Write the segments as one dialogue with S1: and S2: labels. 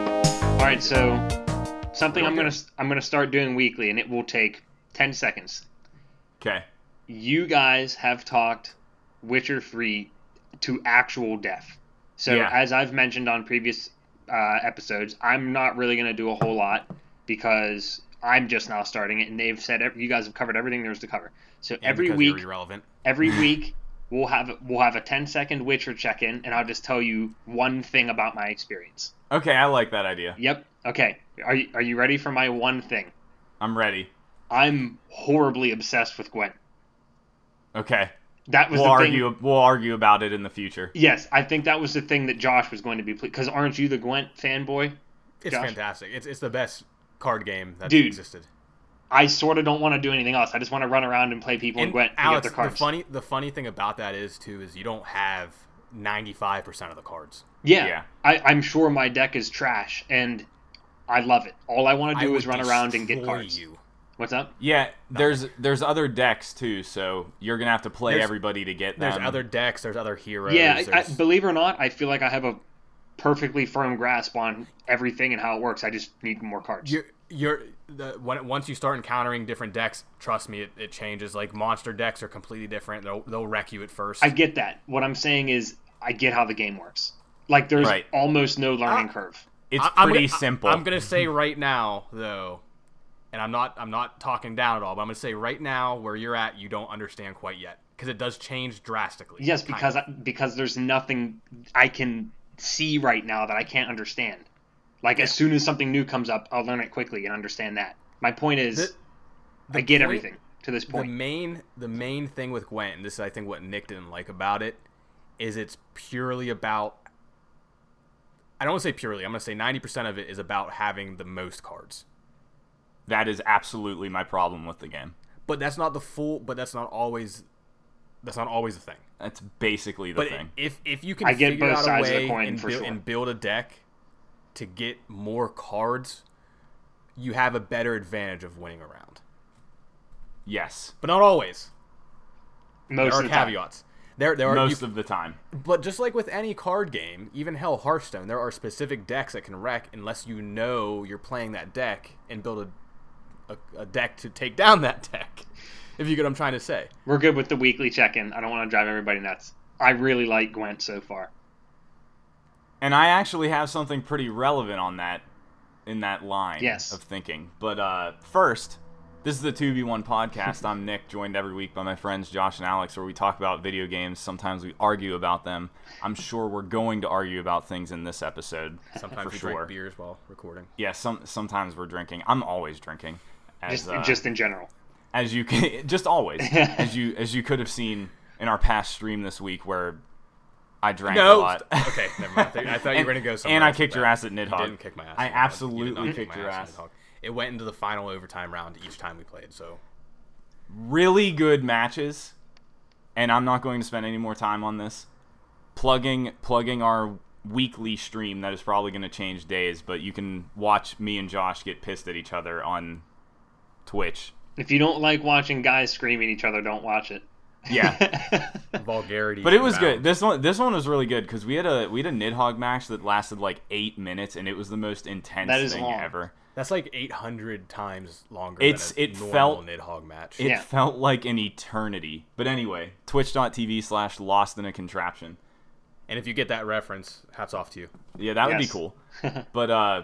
S1: All right, so something I'm gonna I'm gonna start doing weekly, and it will take ten seconds.
S2: Okay.
S1: You guys have talked Witcher three to actual death. So
S2: Yeah.
S1: as I've mentioned on previous uh, episodes, I'm not really gonna do a whole lot because I'm just now starting it, and they've said ev- you guys have covered everything there's to cover. So
S2: Yeah,
S1: every
S2: because
S1: week,
S2: You're irrelevant.
S1: every week we'll have we'll have a 10 second Witcher check in, and I'll just tell you one thing about my experience.
S2: Okay, I like that idea.
S1: Yep. Okay. Are you, are you ready for my one thing?
S2: I'm ready.
S1: I'm horribly obsessed with Gwen.
S2: Okay.
S1: That was
S2: We'll
S1: the
S2: argue.
S1: thing.
S2: We'll argue about it in the future.
S1: Yes, I think that was the thing that Josh was going to be because aren't you the Gwent fanboy?
S3: It's
S1: Josh?
S3: fantastic. It's it's the best card game that's
S1: Dude.
S3: existed.
S1: I sort of don't want to do anything else. I just want to run around and play people in
S3: And
S1: Gwent and
S3: Alex,
S1: get their cards.
S3: the funny the funny thing about that is too is you don't have ninety five percent of the cards.
S1: yeah,
S2: Yeah.
S1: I, I'm sure my deck is trash, and I love it. All I want to do
S3: would
S1: is run around and get
S3: destroy
S1: cards.
S3: You.
S1: What's up?
S2: Yeah. There's there's other decks too, so you're gonna have to play
S3: There's-
S2: everybody to get them.
S3: There's other decks. There's other heroes.
S1: Yeah, I, I,
S3: there's-
S1: believe it or not, I feel like I have a perfectly firm grasp on everything and how it works. I just need more cards.
S3: you're you're the, when, once you start encountering different decks, trust me, it, it changes. Like monster decks are completely different. They'll they'll wreck you at first.
S1: I get that. What I'm saying is, I get how the game works. Like, there's
S2: Right.
S1: almost no learning curve.
S2: It's
S3: I- I'm
S2: pretty
S3: gonna- I-
S2: simple.
S3: I'm gonna say right now though, and I'm not I'm not talking down at all, but I'm gonna say right now where you're at, you don't understand quite yet because it does change drastically.
S1: Yes,
S3: Kind
S1: because I, because there's nothing I can see right now that I can't understand. Like, as soon as something new comes up, I'll learn it quickly and understand that. My point is,
S3: The- the
S1: I get
S3: point-
S1: everything to this
S3: the
S1: point.
S3: main the main thing with Gwen, and this is I think what Nick didn't like about it, is it's purely about I don't want to say purely, I'm gonna say ninety percent of it is about having the most cards.
S2: That is absolutely my problem with the game.
S3: But that's not the full but that's not always that's not always the thing.
S2: That's basically the
S3: But
S2: thing.
S3: if if you can
S1: I get
S3: figure
S1: both
S3: out
S1: sides
S3: a
S1: of the
S3: way
S1: coin
S3: and,
S1: for
S3: buil-
S1: sure.
S3: and build a deck to get more cards, you have a better advantage of winning a round.
S2: yes.
S3: But not always.
S1: Most
S3: There
S1: of
S3: are
S1: the time.
S3: caveats. There there are you-
S2: Most of the time.
S3: But just like with any card game, even Hell Hearthstone, there are specific decks that can wreck unless you know you're playing that deck and build a, a, a deck to take down that deck. If you get what I'm trying to say.
S1: We're good with the weekly check-in. I don't want to drive everybody nuts. I really like Gwent so far.
S2: And I actually have something pretty relevant on that in that line
S1: Yes.
S2: of thinking. But uh, first, this is the 2v1 podcast. I'm Nick, joined every week by my friends Josh and Alex, where we talk about video games. Sometimes we argue about them. I'm sure we're going to argue about things in this episode.
S3: Sometimes
S2: for
S3: you
S2: sure.
S3: drink beers while recording.
S2: Yeah, some sometimes we're drinking. I'm always drinking. As,
S1: Just
S2: uh,
S1: just in general.
S2: as you can, just always as you as you could have seen in our past stream this week where I drank a
S3: No.
S2: lot.
S3: okay, never mind. I thought- I thought you were gonna go somewhere.
S2: And I
S3: else with
S2: kicked your
S3: that.
S2: ass at Nidhogg.
S3: You didn't kick my ass.
S2: I
S3: Nidhogg. You did not
S2: absolutely
S3: kick
S2: kicked
S3: my
S2: your ass.
S3: Nidhogg. It went into the final overtime round each time we played. So
S2: Really good matches, and I'm not going to spend any more time on this. Plugging plugging our weekly stream that is probably going to change days, but you can watch me and Josh get pissed at each other on Twitch.
S1: If you don't like watching guys scream at each other, don't watch it.
S2: Yeah.
S3: vulgarity.
S2: But it was
S3: abound.
S2: good. This one, this one was really good because we had a we had a Nidhogg match that lasted like eight minutes, and it was the most intense
S1: That is
S2: thing
S1: long.
S2: ever.
S3: That's like 800 times longer.
S2: It's-
S3: than a
S2: it
S3: normal
S2: felt-
S3: Nidhogg match.
S2: It
S1: Yeah.
S2: felt like an eternity. But anyway, Twitch.tv slash Lost in a Contraption.
S3: And if you get that reference, hats off to you.
S2: Yeah, that would be
S1: Yes.
S2: cool. but uh,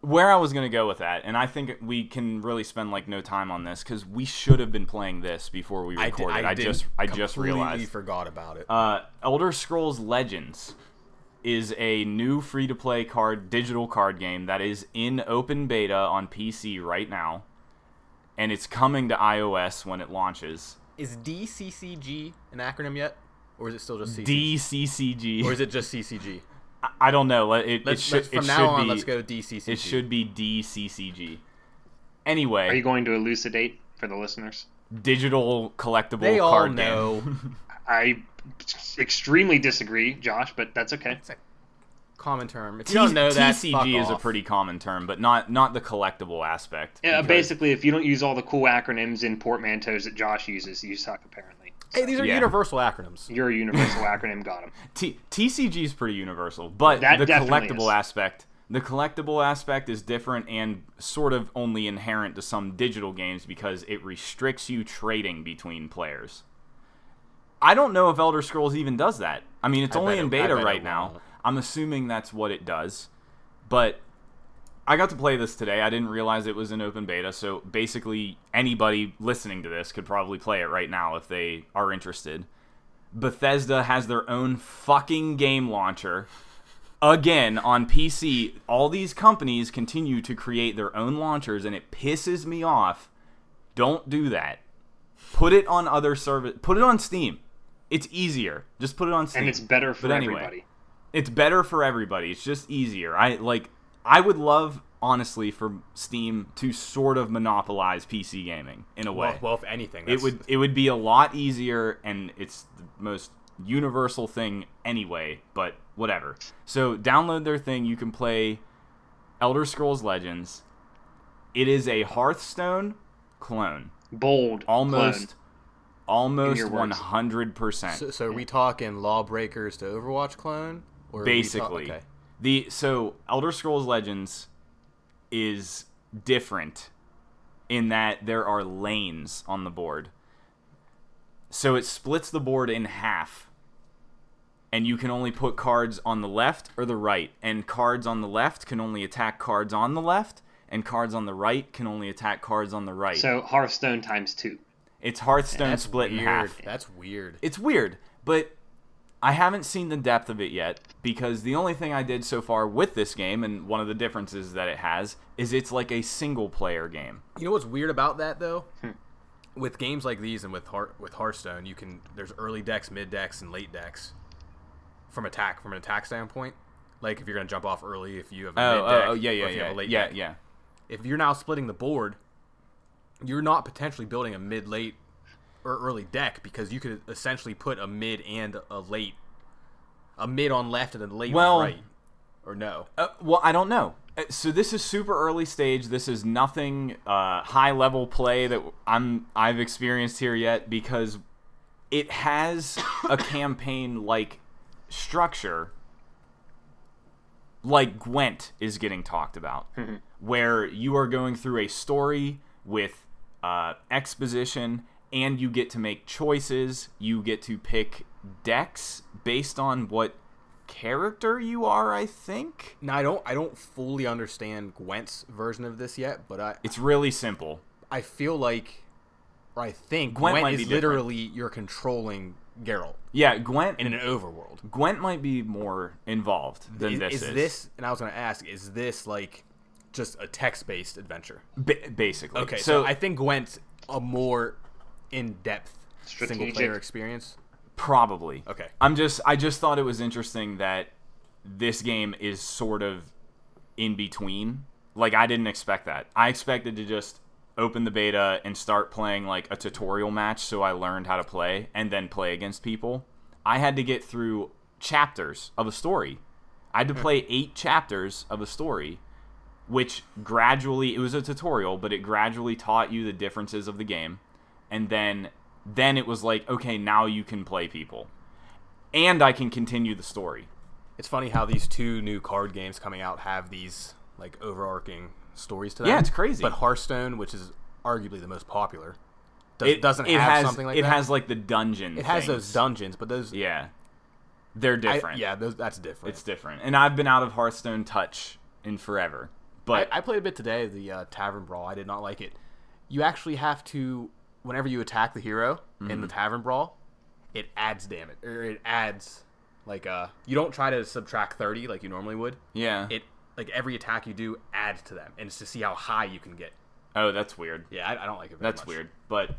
S2: where I was gonna go with that, and I think we can really spend like no time on this because we should have been playing this before we
S3: I,
S2: recorded.
S3: did, I, did
S2: just I just
S3: completely
S2: realized.
S3: forgot about it.
S2: Uh, Elder Scrolls Legends is a new free to play card digital card game that is in open beta on PC right now, and it's coming to iOS when it launches.
S3: Is DCCG an acronym yet, or is it still just CCG?
S2: DCCG.
S3: or is it just CCG?
S2: I don't know. Let- It, it
S3: Let's,
S2: should,
S3: let's-
S2: it
S3: from
S2: should
S3: now on,
S2: be,
S3: let's go DCCG.
S2: It should be DCCG.
S1: Are you
S2: Anyway,
S1: going to elucidate for the listeners?
S2: digital collectible
S3: They all
S2: card game.
S3: know
S1: I extremely disagree, Josh, but that's okay.
S3: common term. If you
S2: T-
S3: don't know that,
S2: TCG
S3: fuck
S2: is a
S3: off.
S2: pretty common term, but not not the collectible aspect.
S1: Yeah,
S2: because-
S1: basically, if you don't use all the cool acronyms in portmanteaus that Josh uses, you suck. Apparently,
S3: Hey, these are
S2: Yeah.
S3: universal acronyms.
S1: you're a universal acronym. Got him.
S2: T- TCG is pretty universal, but
S1: That
S2: the
S1: definitely
S2: collectible
S1: is.
S2: aspect The collectible aspect is different and sort of only inherent to some digital games because it restricts you trading between players. I don't know if Elder Scrolls even does that. I mean, it's
S3: I
S2: only
S3: bet
S2: in
S3: it- I
S2: beta
S3: bet it
S2: right now.
S3: won't.
S2: I'm assuming that's what it does. But I got to play this today. I didn't realize it was in open beta, so basically anybody listening to this could probably play it right now if they are interested. Bethesda has their own fucking game launcher. Again, on PC, all these companies continue to create their own launchers and it pisses me off. Don't do that. Put it on other service. Put it on Steam. It's easier. Just put it on Steam.
S1: and it's better for
S2: But anyway.
S1: everybody.
S2: It's better for everybody. It's just easier. I like I would love honestly for Steam to sort of monopolize PC gaming in a way.
S3: Well, well, if anything,
S2: it
S3: that's,
S2: would it would be a lot easier and it's the most universal thing anyway, but whatever. So download their thing, you can play Elder Scrolls Legends. It is a Hearthstone clone.
S1: Bold,
S2: Almost almost
S1: your words.
S2: 100%.
S3: So, so are we talking lawbreakers to Overwatch clone? Or are we ta-
S2: basically
S3: okay.
S2: the so elder scrolls legends is different in that there are lanes on the board so it splits the board in half and you can only put cards on the left or the right and cards on the left can only attack cards on the left and cards on the right can only attack cards on the right
S1: Clone. So Hearthstone times two.
S2: it's hearthstone
S3: That's
S2: split
S3: weird.
S2: in half
S3: That's weird.
S2: it's weird, but I haven't seen the depth of it yet because the only thing I did so far with this game and one of the differences that it has is it's like a single player game.
S3: You know what's weird about that though?
S2: Hmm.
S3: With games like these and with Heart with Hearthstone, you can there's early decks, mid decks, and late decks. From attack, from an attack standpoint, like if you're gonna jump off early, if you have a
S2: Oh,
S3: mid
S2: oh,
S3: deck,
S2: oh, yeah,
S3: or
S2: yeah,
S3: if you
S2: yeah,
S3: have a late
S2: yeah,
S3: deck.
S2: yeah.
S3: If you're now splitting the board, you're not potentially building a mid late or early deck because you could essentially put a mid and a late, a mid on left and a late
S2: Well-
S3: on right, or no.
S2: Uh, well, I don't know. Uh, So this is super early stage. This is nothing uh, high level play that I'm I've experienced here yet because it has a campaign like structure like Gwent is getting talked about, where you are going through a story with uh, exposition, and you get to make choices. You get to pick decks based on what character you are. I think
S3: Now I don't I don't fully understand Gwent's version of this yet, but I
S2: it's really simple.
S3: I feel like or I think
S2: Gwent
S3: Gwent,
S2: might be
S3: is
S2: different.
S3: literally you're controlling Geralt
S2: Yeah, Gwent.
S3: in an overworld.
S2: Gwent might be more involved than
S3: Is,
S2: this
S3: is
S2: is.
S3: this and I was gonna ask, is this like just a text based adventure?
S2: Ba- basically?
S3: Okay, so, I think Gwent's a more in depth single
S1: Strategic.
S3: player experience.
S2: Probably.
S3: Okay.
S2: I'm just I just thought it was interesting that this game is sort of in between. Like I didn't expect that. I expected to just open the beta and start playing like a tutorial match so I learned how to play and then play against people. I had to get through chapters of a story. I had to play 8 chapters of a story which gradually it was a tutorial but it gradually taught you the differences of the game and then then it was like okay now you can play people and i can continue the story
S3: It's funny how these two new card games coming out have these like overarching stories to them.
S2: Yeah, it's crazy.
S3: But Hearthstone, which is arguably the most popular, does,
S2: it
S3: doesn't
S2: it
S3: have
S2: has,
S3: something like
S2: it
S3: that.
S2: has like the dungeon
S3: it has those
S2: things.
S3: dungeons, but those
S2: yeah they're
S3: I-
S2: different
S3: yeah, those, that's different.
S2: it's different and i've been out of hearthstone touch in forever but
S3: I, I played a bit today, the uh, Tavern Brawl. I did not like it. You actually have to, whenever you attack the hero in
S2: Mm-hmm.
S3: the Tavern Brawl, it adds damage. Or it adds, like, uh, you don't try to subtract 30 like you normally would.
S2: yeah
S3: It, like, every attack you do adds to them, and it's to see how high you can get.
S2: oh that's weird
S3: Yeah, I, I don't like it very
S2: That's
S3: much.
S2: weird. But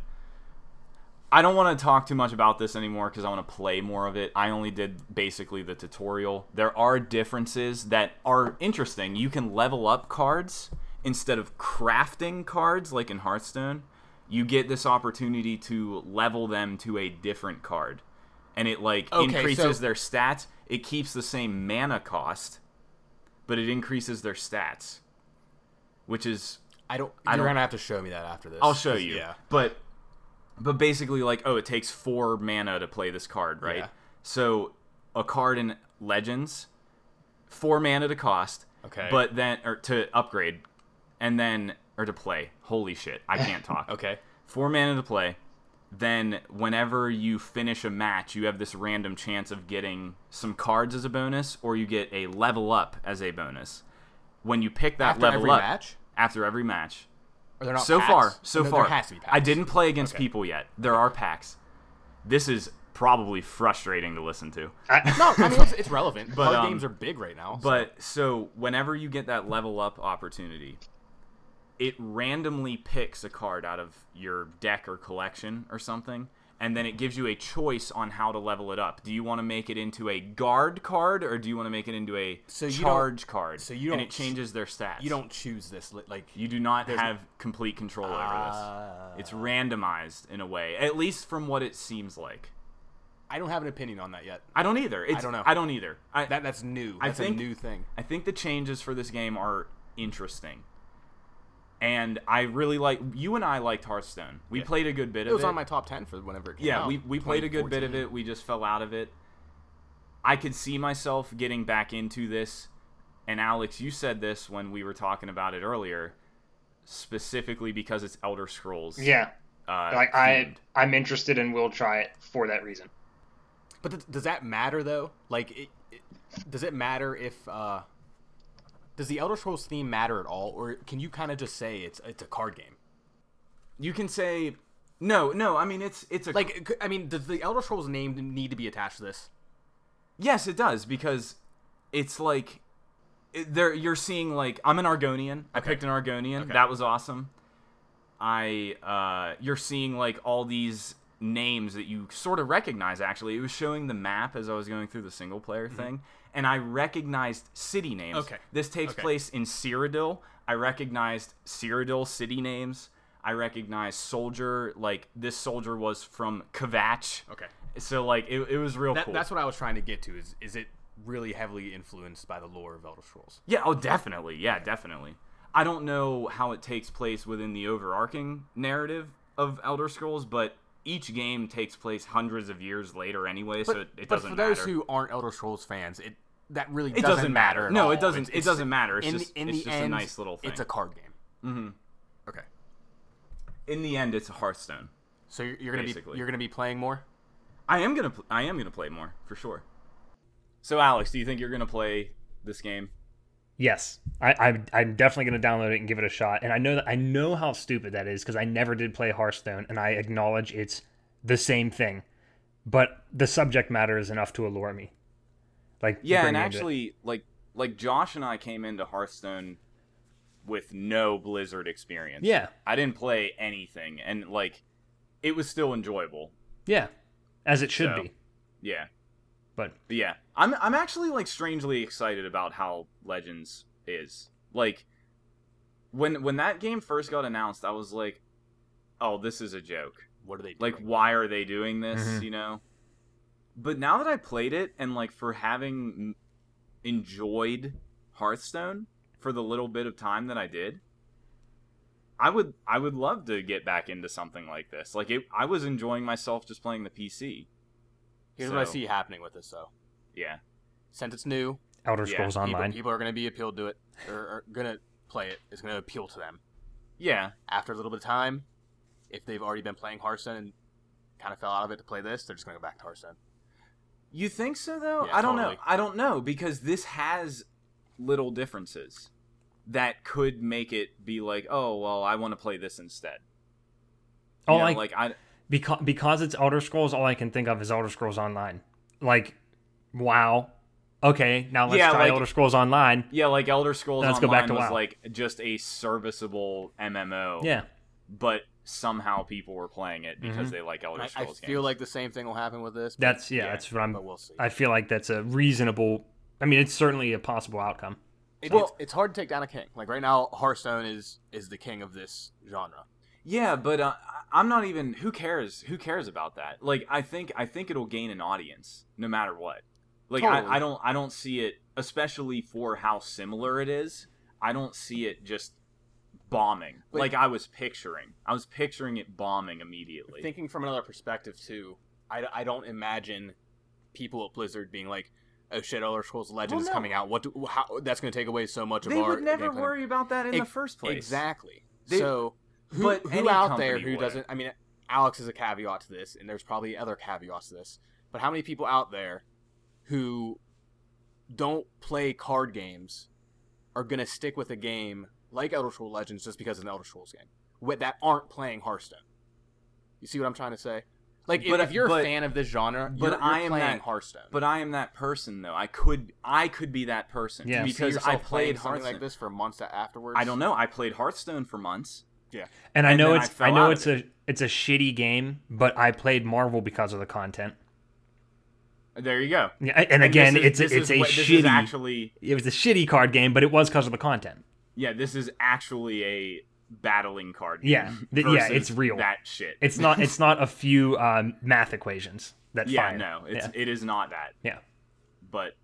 S2: I don't want to talk too much about this anymore because I want to play more of it. I only did basically the tutorial. There are differences that are interesting. You can level up cards instead of crafting cards like in Hearthstone. You get this opportunity to level them to a different card. And it like
S3: Okay,
S2: increases
S3: so-
S2: their stats. It keeps the same mana cost, but it increases their stats. Which is
S3: I don't,
S2: I
S3: you're
S2: don't-
S3: going to have to show me that after this.
S2: I'll show
S3: 'cause-
S2: you.
S3: Yeah.
S2: But but basically like, oh, it takes 4 mana to play this card, right?
S3: Yeah.
S2: So a card in Legends, 4 mana to cost.
S3: Okay.
S2: but then or to upgrade and then or to play holy shit i can't talk
S3: okay.
S2: four mana to play then whenever you finish a match you have this random chance of getting some cards as a bonus or you get a level up as a bonus when you pick that
S3: After
S2: level
S3: every
S2: up
S3: match?
S2: after every match
S3: Are there not
S2: so
S3: packs?
S2: far so
S3: No, there
S2: far
S3: has to be
S2: i
S3: packs.
S2: didn't play against
S3: Okay.
S2: people yet there are packs this is probably frustrating to listen to
S1: I,
S3: No, I mean it's, it's relevant.
S2: But,
S3: Card
S2: um,
S3: games are big right now. so-
S2: But so whenever you get that level up opportunity, it randomly picks a card out of your deck or collection or something, and then it gives you a choice on how to level it up. Do you want to make it into a guard card or do you want to make it into a
S3: So you don't-
S2: charge card?
S3: so you
S2: and
S3: don't
S2: it changes their stats.
S3: you don't choose this. li- Like
S2: You do not
S3: There's- Ah.
S2: have complete control over this. It's randomized in a way, at least from what it seems like.
S3: I don't have an opinion on that yet.
S2: I don't either. It's,
S3: don't know.
S2: I don't either. I,
S3: That that's new.
S2: I
S3: That's
S2: think-
S3: a new thing.
S2: I think the changes for this game are interesting. And I really like you and I liked Hearthstone. We played a good bit
S3: It
S2: of
S3: was
S2: it.
S3: on my top ten for whenever it came
S2: yeah,
S3: out,
S2: we, we played a good bit of
S3: 2014.
S2: it. We just fell out of it. I could see myself getting back into this. And Alex, you said this when we were talking about it earlier, specifically because it's Elder Scrolls.
S1: yeah,
S2: Uh,
S1: like I,
S2: themed.
S1: I'm interested and will try it for that reason.
S3: But th- does that matter though? Like, it, it, does it matter if uh, does the Elder Scrolls theme matter at all, or can you kind of just say it's it's a card game?
S2: you can say no, no. I mean, it's it's a
S3: Like, it could- I mean, does the Elder Scrolls name need to be attached to this?
S2: Yes, it does because it's like it- there you're seeing like I'm an Argonian. I picked an Argonian. That was awesome. I uh you're seeing like all these names that you sort of recognize actually. It was showing the map as I was going through the single player thing and I recognized city names.
S3: Mm-hmm. Okay.
S2: This takes
S3: Okay.
S2: place in Cyrodiil. I recognized Cyrodiil city names. I recognized soldier like this soldier was from Kvatch.
S3: Okay.
S2: So like it, it was real
S3: That,
S2: cool.
S3: That's what I was trying to get to. Is is it really heavily influenced by the lore of Elder Scrolls?
S2: Yeah, oh, definitely. Yeah, definitely. I don't know how it takes place within the overarching narrative of Elder Scrolls, but each game takes place hundreds of years later anyway, so it, it
S3: but
S2: doesn't
S3: for those
S2: matter.
S3: who aren't Elder Scrolls fans, it that really
S2: it
S3: doesn't,
S2: doesn't matter.
S3: at
S2: no,
S3: all.
S2: it doesn't.
S3: It's-
S2: it
S3: it's-
S2: doesn't matter. It's
S3: in
S2: just,
S3: in
S2: it's
S3: the
S2: just
S3: end,
S2: a nice little thing.
S3: It's a card game. Mm-hmm. Okay.
S2: in the end, it's a Hearthstone.
S3: So you're, you're gonna
S2: Basically.
S3: be you're gonna be playing more.
S2: I am gonna. Pl- I am gonna play more for sure. So, Alex, do you think you're gonna play this game?
S1: Yes, I, I I'm definitely going to download it and give it a shot. And I know that I know how stupid that is because I never did play Hearthstone, and I acknowledge it's the same thing, but the subject matter is enough to allure me. Like to
S2: Yeah,
S1: bring
S2: and
S1: me into it.
S2: actually, like like Josh and I came into Hearthstone with no Blizzard experience.
S1: yeah,
S2: I didn't play anything, and like, it was still enjoyable.
S1: yeah, as it should
S2: So-
S1: be.
S2: Yeah,
S1: But
S2: but yeah, I'm I'm actually like strangely excited about how Legends is. Like, when when that game first got announced, I was like, oh, this is a joke.
S3: What are they doing?
S2: Like, why are they doing this?
S1: Mhm.
S2: You know. But now that I played it, and like for having m- enjoyed Hearthstone for the little bit of time that I did, I would I would love to get back into something like this. Like it, I was enjoying myself just playing the PC.
S3: Here's what I
S2: So,
S3: see happening with this though.
S2: Yeah,
S3: Since it's new,
S1: Elder
S2: Yeah,
S1: Scrolls
S3: people,
S1: Online,
S3: people are gonna be appealed to it. They're are gonna play it. It's gonna appeal to them.
S2: yeah,
S3: After a little bit of time, if they've already been playing Hearthstone and kind of fell out of it to play this, they're just gonna go back to Hearthstone.
S2: You think so though?
S3: Yeah,
S2: I don't know.
S3: totally.
S2: I don't know because this has little differences that could make it be like, oh well, I want to play this instead. You
S1: all
S2: know,
S1: I
S2: like I
S1: because because it's Elder Scrolls, all I can think of is Elder Scrolls Online. Like, wow, okay, now let's
S2: Yeah,
S1: try
S2: like-
S1: Elder Scrolls Online.
S2: yeah, like Elder Scrolls
S1: Let's go
S2: Online
S1: back to
S2: was
S1: WoW.
S2: like just a serviceable MMO.
S1: Yeah,
S2: but somehow people were playing it because
S1: Mhm.
S2: they like Elder
S3: I, I
S2: Scrolls.
S3: feel
S2: Oh, games.
S3: like the same thing will happen with this. but-
S1: that's yeah,
S2: Yeah,
S1: that's what I'm.
S3: but we'll see.
S1: I feel like that's a reasonable. I mean, it's certainly a possible outcome.
S3: It-
S2: Well-
S3: it's, it's hard to take down a king. Like right now, Hearthstone is is the king of this genre.
S2: Yeah, but uh, I- I'm not even. Who cares? Who cares about that? Like, I think I think it'll gain an audience no matter what. Like,
S3: Totally.
S2: I, I don't I don't see it, especially for how similar it is. I don't see it just bombing
S3: But-
S2: like I was picturing. I was picturing it bombing immediately.
S3: Thinking from another perspective too, I, I don't imagine people at Blizzard being like, oh shit, Elder Scrolls Legends is
S2: no.
S3: coming out. What do how that's going to take away so much of
S2: They
S3: our
S2: would never
S3: gameplay.
S2: worry about that in the
S3: Ex-
S2: first place.
S3: Exactly.
S2: They-
S3: so who,
S2: but
S3: who
S2: any
S3: out there
S2: company
S3: who
S2: would.
S3: doesn't? I mean, Alex is a caveat to this, and there's probably other caveats to this. But how many people out there who don't play card games are going to stick with a game like Elder Scrolls Legends just because it's an Elder Scrolls game with, that aren't playing Hearthstone? You see what I'm trying to say? Like, if-
S2: But-
S3: if you're
S2: but-
S3: a fan of this genre,
S2: but
S3: you're, you're
S2: I am
S3: playing
S2: that-
S3: Hearthstone.
S2: But I am that person though. I could I could be that person
S1: Yeah.
S3: Do you see
S2: because I
S3: yourself playing
S2: played
S3: something
S2: Hearthstone.
S3: like this for months afterwards.
S2: I don't know. I played Hearthstone for months.
S3: Yeah.
S1: And I
S2: And
S1: know
S2: then I
S1: it's
S2: fell
S1: I, know
S2: out of
S1: it's a it's a shitty game, but I played Marvel because of the content.
S2: There you go.
S1: Yeah, and, again,
S2: this
S1: it's
S2: is- this
S1: a, it's
S2: is
S1: a
S2: what- This
S1: shitty.
S2: is actually
S1: it was a shitty card game, but it was because of the content.
S2: yeah. This is actually a battling card. Game
S1: Yeah. Th- yeah,
S2: versus
S1: it's real.
S2: That shit.
S1: It's not it's not a few um, math equations that
S2: yeah.
S1: fire.
S2: No, it's
S1: yeah.
S2: it is not that.
S1: yeah.
S2: But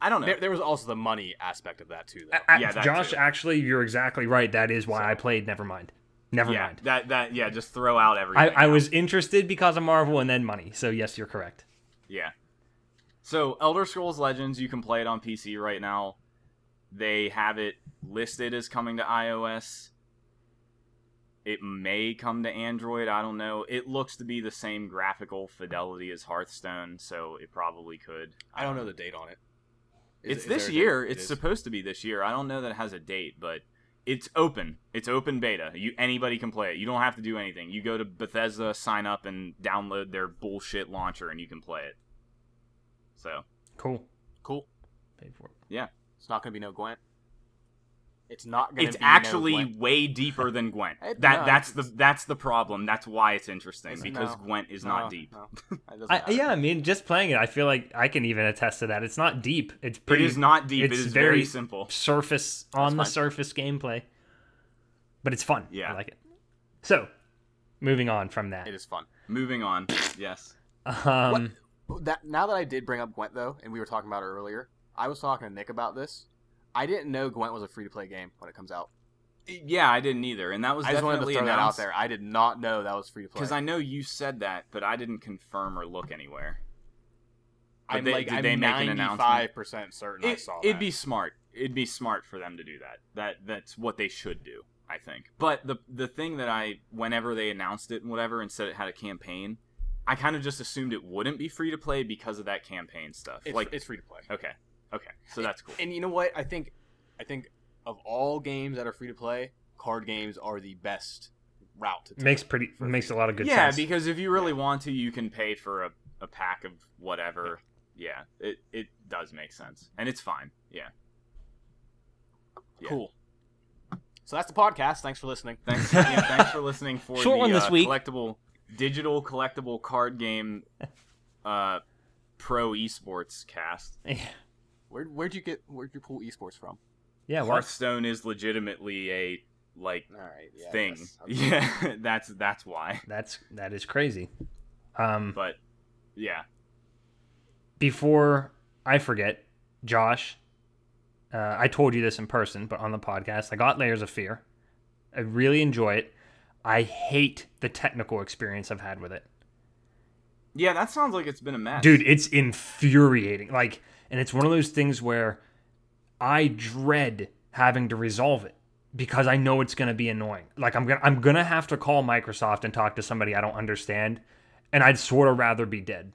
S2: I don't know.
S3: There, there was also the money aspect of that too, though.
S1: A-
S2: Yeah, that
S1: Josh,
S2: too.
S1: actually, you're exactly right. That is why I played Nevermind. Nevermind.
S2: yeah. That that yeah. Just throw out everything.
S1: I, I was interested because of Marvel and then money. So yes, you're correct.
S2: Yeah. So Elder Scrolls Legends, you can play it on PC right now. They have it listed as coming to iOS. It may come to Android, I don't know. It looks to be the same graphical fidelity as Hearthstone, so it probably could.
S3: I don't know the date on it. Is-
S2: it's
S3: is
S2: this
S3: there a date?
S2: year.
S3: It
S2: It's
S3: is.
S2: supposed to be this year. I don't know that it has a date, but it's open. It's open beta. You anybody can play it. You don't have to do anything. You go to Bethesda, sign up and download their bullshit launcher and you can play it. So,
S1: Cool.
S3: cool.
S1: Paperwork.
S2: yeah.
S3: It's not going to be no Gwent. It's not going to.
S2: it's
S3: be
S2: actually
S3: No Gwent.
S2: way deeper than Gwent.
S3: It-
S2: that
S3: no,
S2: that's the
S3: it's-
S2: that's the problem. That's why it's interesting
S3: It's-
S2: because
S3: no.
S2: Gwent is
S3: No,
S2: not deep.
S3: no. It doesn't
S1: I,
S3: matter.
S1: yeah, I mean, just playing it, I feel like I can even attest to that. It's not deep. It's pretty.
S2: it is not deep. It
S1: it's
S2: is very,
S1: very-
S2: simple.
S1: surface on the
S3: fine.
S1: surface gameplay, but it's fun.
S2: Yeah.
S1: I like it. So, moving on from that.
S3: It is fun.
S2: Moving on. Yes.
S1: Um,
S3: That now that I did bring up Gwent though, and we were talking about it earlier, I was talking to Nick about this. I didn't know Gwent was a free to play game when it comes out.
S2: Yeah, I didn't either, and that was
S3: I just wanted to
S2: definitely
S3: throw that out
S2: announced
S3: there. I did not know that was free to play.
S2: because I know you said that, but I didn't confirm or look anywhere. But
S3: I'm
S2: they-
S3: like
S2: did
S3: I'm
S2: they make an announcement?
S3: 95% certain I
S2: It,
S3: saw that.
S2: it'd be smart. It'd be smart for them to do that. That that's what they should do, I think. But the the thing that I whenever they announced it and whatever and said it had a campaign, I kind of just assumed it wouldn't be free to play because of that campaign stuff.
S3: it's,
S2: like
S3: it's free to play.
S2: okay. Okay. So that's cool.
S3: And you know what? I think I think of all games that are free to play, card games are the best route to take.
S1: makes pretty makes a lot of good
S2: yeah,
S1: sense.
S2: because if you really want to, you can pay for a, a pack of whatever. Yeah. It it does make sense. And it's fine. Yeah. Yeah.
S3: Cool. So that's the podcast. Thanks for listening.
S2: Thanks, yeah, thanks for listening for
S1: Short
S2: the
S1: one this
S2: uh,
S1: week.
S2: collectible digital collectible card game uh, pro esports cast.
S3: Where where'd you get where'd you pull esports from?
S1: yeah, well,
S2: Hearthstone is legitimately a like
S3: All right, yeah,
S2: thing.
S3: that's-
S2: Yeah, that's that's why.
S1: that's that is crazy. Um,
S2: But yeah,
S1: before I forget, Josh, uh, I told you this in person, but on the podcast, I got Layers of Fear. I really enjoy it. I hate the technical experience I've had with it.
S2: yeah, that sounds like it's been a mess,
S1: dude it's infuriating like and it's one of those things where i dread having to resolve it because i know it's going to be annoying like i'm going to i'm going to have to call microsoft and talk to somebody i don't understand and i'd sort of rather be dead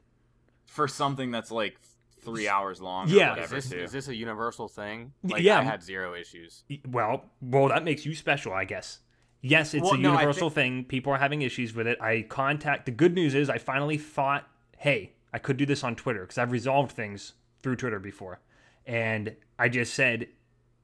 S2: For something that's like three hours long.
S1: Yeah.
S2: or
S3: Is
S2: whatever.
S3: this
S2: too.
S3: is this a universal thing?
S1: Y-
S3: Like
S1: yeah.
S3: I had zero issues.
S1: well well that makes you special i guess yes it's
S3: Well,
S1: a
S3: no, I
S1: universal thing people are having issues with it i contact the good news is i finally thought hey i could do this on twitter because i've resolved things through twitter before and i just said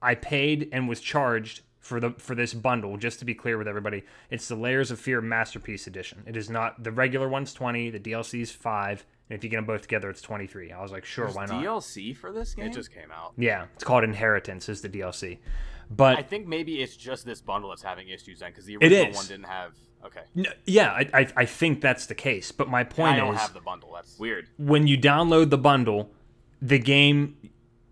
S1: i paid and was charged for the for this bundle just to be clear with everybody it's the layers of fear masterpiece edition it is not the regular one's 20 the dlc's 5 and if you get them both together it's 23 i was like sure
S2: There's
S1: why not
S2: DLC for this game?
S3: It just came out.
S1: yeah it's called inheritance is the dlc but
S3: I think maybe it's just this bundle that's having issues then, because the
S1: It
S3: original
S1: is.
S3: one didn't have. Okay,
S1: No, yeah, I, I, I think that's the case. But my point
S3: I don't
S1: is,
S3: have the bundle. That's
S2: weird.
S1: when you download the bundle, the game,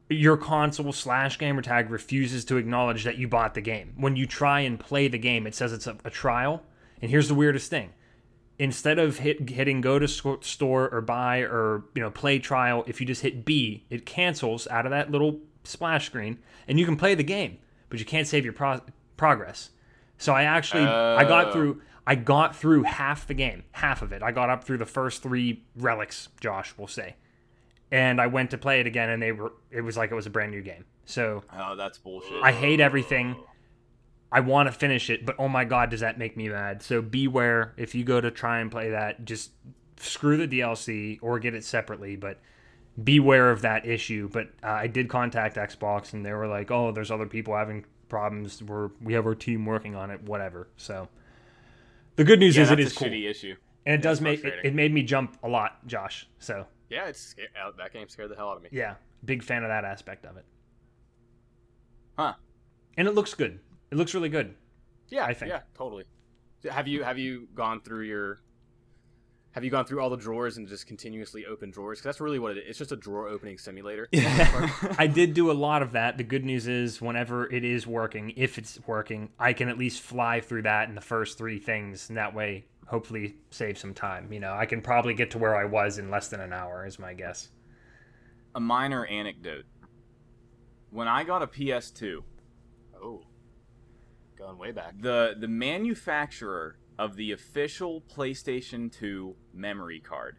S1: your console slash gamer tag refuses to acknowledge that you bought the game. When you try and play the game, it says it's a, a trial. And here's the weirdest thing instead of hit, hitting go to sco- store or buy or you know play trial if you just hit b it cancels out of that little splash screen and you can play the game but you can't save your pro- progress so i actually i got through i got through half the game half of it i got up through the first three relics josh will say and i went to play it again and they were it was like it was a brand new game so
S2: Oh, that's bullshit.
S1: I hate everything. I want to finish it, but oh my god, does that make me mad? So beware if you go to try and play that. Just screw the DLC or get it separately, but beware of that issue. But uh, I did contact Xbox, and they were like, "Oh, there's other people having problems. We're we have our team working on it. Whatever." So the good news
S2: yeah,
S1: is
S2: that's
S1: it
S2: a
S1: is cool, and
S2: shitty issue.
S1: it does
S2: it's
S1: make it,
S2: frustrating.
S1: it made me jump a lot, Josh. So
S3: Yeah, it's sca- uh, that game scared the hell out of me.
S1: yeah, big fan of that aspect of it,
S2: Huh.
S1: and it looks good. It looks really good.
S3: Yeah,
S1: I think.
S3: yeah, totally. Have you have you gone through your have you gone through all the drawers and just continuously open drawers? 'Cause that's really what it is. It's just a drawer opening simulator.
S1: I did do a lot of that. The good news is, whenever it is working, if it's working, I can at least fly through that in the first three things, and that way, hopefully, save some time. You know, I can probably get to where I was in less than an hour, is my guess.
S2: A minor anecdote. When I got a PS2,
S3: oh, going way back.
S2: the the manufacturer of the official PlayStation 2 memory card,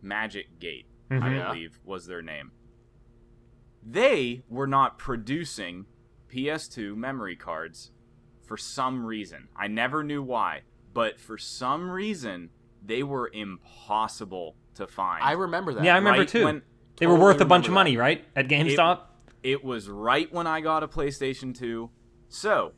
S2: Magic Gate, I
S1: Mhm.
S2: believe was their name. They were not producing PS2 memory cards for some reason. I never knew why, but for some reason they were impossible to find.
S3: I remember that.
S1: Yeah, I remember
S2: Right
S1: too.
S2: when-
S1: they were worth a
S2: totally
S1: bunch of
S2: remember
S1: money, right? At GameStop.
S2: It was right when I got a PlayStation 2. So,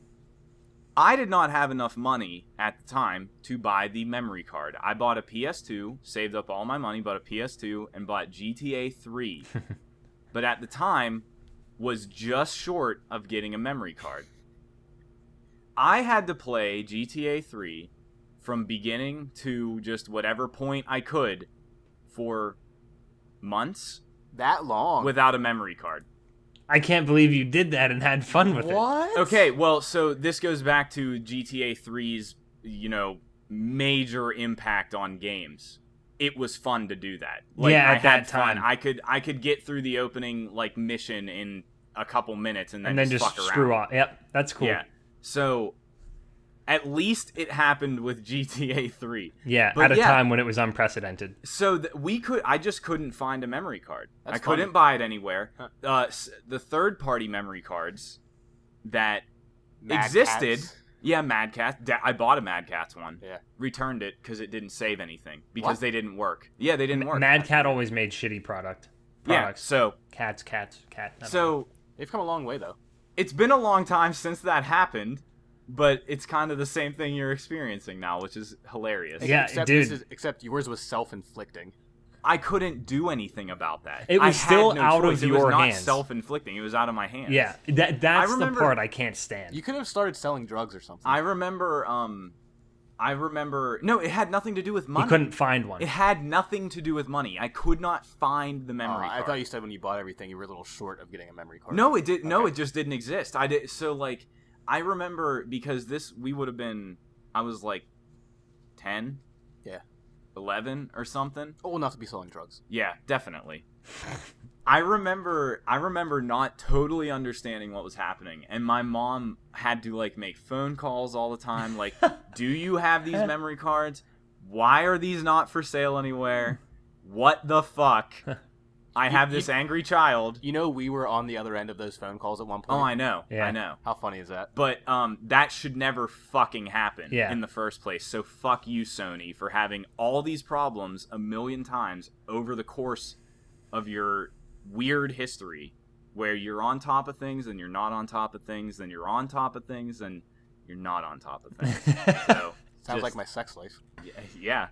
S2: I did not have enough money at the time to buy the memory card. I bought a PS2, saved up all my money, bought a PS2, and bought GTA 3. but at the time, was just short of getting a memory card. I had to play GTA 3 from beginning to just whatever point I could for months
S3: that long.
S2: without a memory card.
S1: I can't believe you did that and had fun with it.
S3: what?
S2: Okay, well, so this goes back to GTA 3's, you know, major impact on games. It was fun to do that.
S1: Yeah,
S2: I
S1: at that
S2: had fun.
S1: time.
S2: I could I could get through the opening like mission in a couple minutes and then,
S1: And then just,
S2: fuck around.
S1: screw off. Yep, that's cool.
S2: Yeah.
S1: Yeah,
S2: So at least it happened with GTA 3. But
S1: at a
S2: yeah.
S1: time when it was unprecedented.
S2: So th- we could. I just couldn't find a memory card.
S3: That's
S2: I couldn't
S3: funny.
S2: buy it anywhere.
S3: Huh.
S2: Uh, s- the third party memory cards that
S3: Mad
S2: existed.
S3: Cats.
S2: Yeah, Mad Cats. Da- I bought a Mad Cats one.
S3: Yeah.
S2: Returned it because it didn't save anything because
S3: What?
S2: they didn't work. Yeah, they didn't work.
S1: Mad Cat always made shitty product.
S2: yeah.
S1: Products.
S2: So
S1: Cats, cats, cat. I don't know.
S2: so
S3: They've come a long way though.
S2: it's been a long time since that happened, but it's kind of the same thing you're experiencing now, which is hilarious.
S1: Yeah.
S3: except
S1: dude.
S3: This is, except yours was self-inflicting.
S2: I couldn't do anything about that.
S1: It
S2: I
S1: was
S2: had
S1: still
S2: no
S1: out of
S2: choice. it
S1: your
S2: was not
S1: hands.
S2: self-inflicting. It was out of my hands.
S1: yeah, that that's
S2: remember-
S1: the part I can't stand.
S3: You could have started selling drugs or something.
S2: I remember. Um, I remember. No, it had nothing to do with money.
S1: He couldn't find one.
S2: It had nothing to do with money. I could not find the
S3: Oh,
S2: memory.
S3: I
S2: card.
S3: thought you said when you bought everything, you were a little short of getting a memory card.
S2: No, it did. No,
S3: Okay.
S2: it just didn't exist. I did. So like, I remember because this we would have been. I was like, ten.
S3: Yeah.
S2: Eleven or something.
S3: old enough to be selling drugs.
S2: Yeah, definitely. I remember I remember not totally understanding what was happening and my mom had to like make phone calls all the time like do you have these memory cards? Why are these not for sale anywhere? What the fuck? I have this angry child.
S3: You know, we were on the other end of those phone calls at one point.
S2: Oh, I know.
S1: Yeah.
S2: I know.
S3: How funny is that?
S2: But um that should never fucking happen
S1: Yeah.
S2: in the first place. So fuck you Sony for having all these problems a million times over the course of your weird history where you're on top of things and you're not on top of things and you're on top of things and you're not on top of things. so
S3: Sounds
S2: just-
S3: like my sex life.
S2: y- yeah.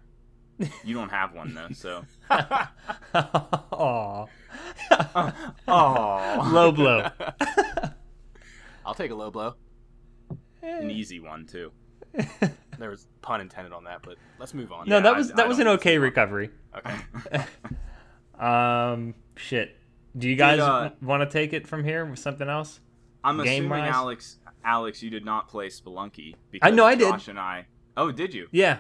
S2: You don't have one though, so
S1: Aw.
S2: oh,
S1: Low blow.
S3: I'll take a low blow.
S2: an easy one too.
S3: There was pun intended on that, but let's move on.
S1: No,
S2: I-
S1: that was
S2: I
S1: that was an
S2: don't
S1: okay recovery.
S3: Okay.
S1: Um, shit. Do you guys
S2: uh,
S1: want to take it from here with something else?
S2: I'm assuming
S1: Game-wise?
S2: Alex, Alex, you did not play Spelunky. Because
S1: I know I did.
S2: Josh and I. Oh, did you?
S1: Yeah.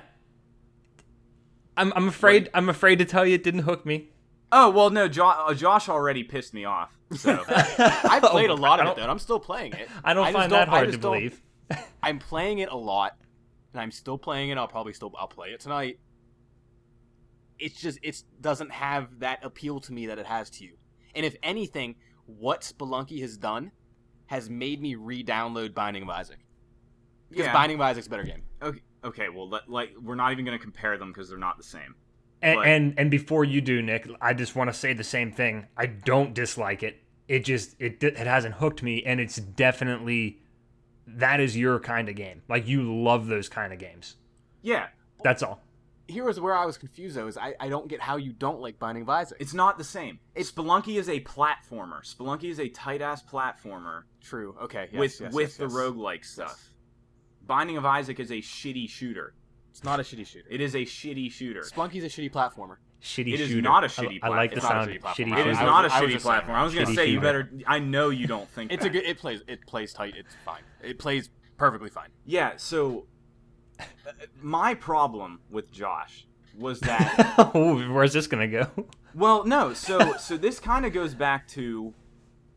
S1: I'm I'm afraid I'm afraid to tell you it didn't hook me.
S2: Oh well, no, jo- uh, Josh already pissed me off. So
S3: I
S2: Oh
S3: played a lot
S1: I
S3: of it
S1: don't-
S3: though. and I'm still playing it.
S1: I don't
S3: just
S1: find that
S3: I
S1: hard to
S3: just don't-
S1: believe.
S3: I'm playing it a lot, and I'm still playing it. I'll probably still I'll play it tonight. It's just it doesn't have that appeal to me that it has to you. And if anything, what Spelunky has done has made me re-download Binding of Isaac because
S2: yeah.
S3: Binding of Isaac's a better game.
S2: okay, okay, well, let, like we're not even gonna compare them because they're not the same.
S1: And,
S2: But-
S1: and and before you do, Nick, I just want to say the same thing. I don't dislike it. It just it di- it hasn't hooked me, and it's definitely that is your kind of game. Like you love those kind of games.
S2: Yeah,
S1: That's all.
S3: Here is where I was confused though. Is I, I don't get how you don't like Binding of Isaac.
S2: it's not the same. Spelunky is a platformer. Spelunky is a tight ass platformer
S3: true. Okay. Yes,
S2: with
S3: yes,
S2: with
S3: yes,
S2: the
S3: yes.
S2: roguelike stuff. Binding of Isaac is a shitty shooter.
S3: It's not a shitty shooter.
S2: It is a shitty shooter.
S3: Splunky's a shitty platformer.
S1: Shitty
S2: It is
S1: shooter.
S2: not a
S1: I-
S2: shitty
S1: I, like the
S2: platform.
S1: sound.
S3: It's
S1: of
S3: not a
S1: shitty
S3: shitty
S1: shooter.
S2: It is not a
S3: platform. I was- I was
S2: shitty
S3: just saying
S2: platform. I was gonna
S1: Shitty
S2: say you
S1: shooter.
S2: better. I know you don't think
S3: It's a
S2: that.
S3: good. It plays. It plays tight. It's fine. It plays perfectly fine.
S2: Yeah, so uh, my problem with Josh was that
S1: Ooh, where's this gonna go?
S2: well, no, so so this kind of goes back to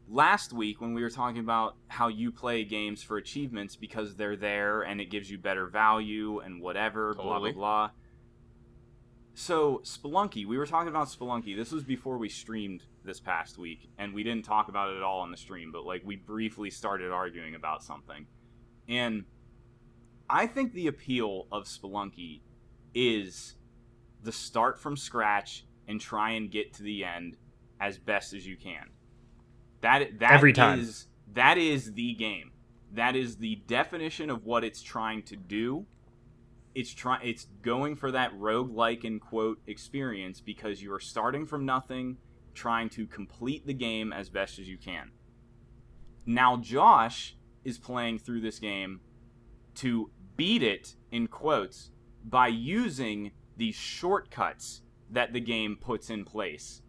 S2: last week when we were talking about how you play games for achievements because they're there and it gives you better value and whatever, blah blah
S3: Totally.
S2: blah. So Spelunky, we were talking about Spelunky. This was before we streamed this past week, and we didn't talk about it at all on the stream, but like we briefly started arguing about something. And I think the appeal of Spelunky is the start from scratch and try and get to the end as best as you can. That that
S1: Every time.
S2: is- that is the game. That is the definition of what it's trying to do. It's try it's going for that roguelike and quote experience because you are starting from nothing, trying to complete the game as best as you can. Now Josh is playing through this game to beat it in quotes by using these shortcuts that the game puts in place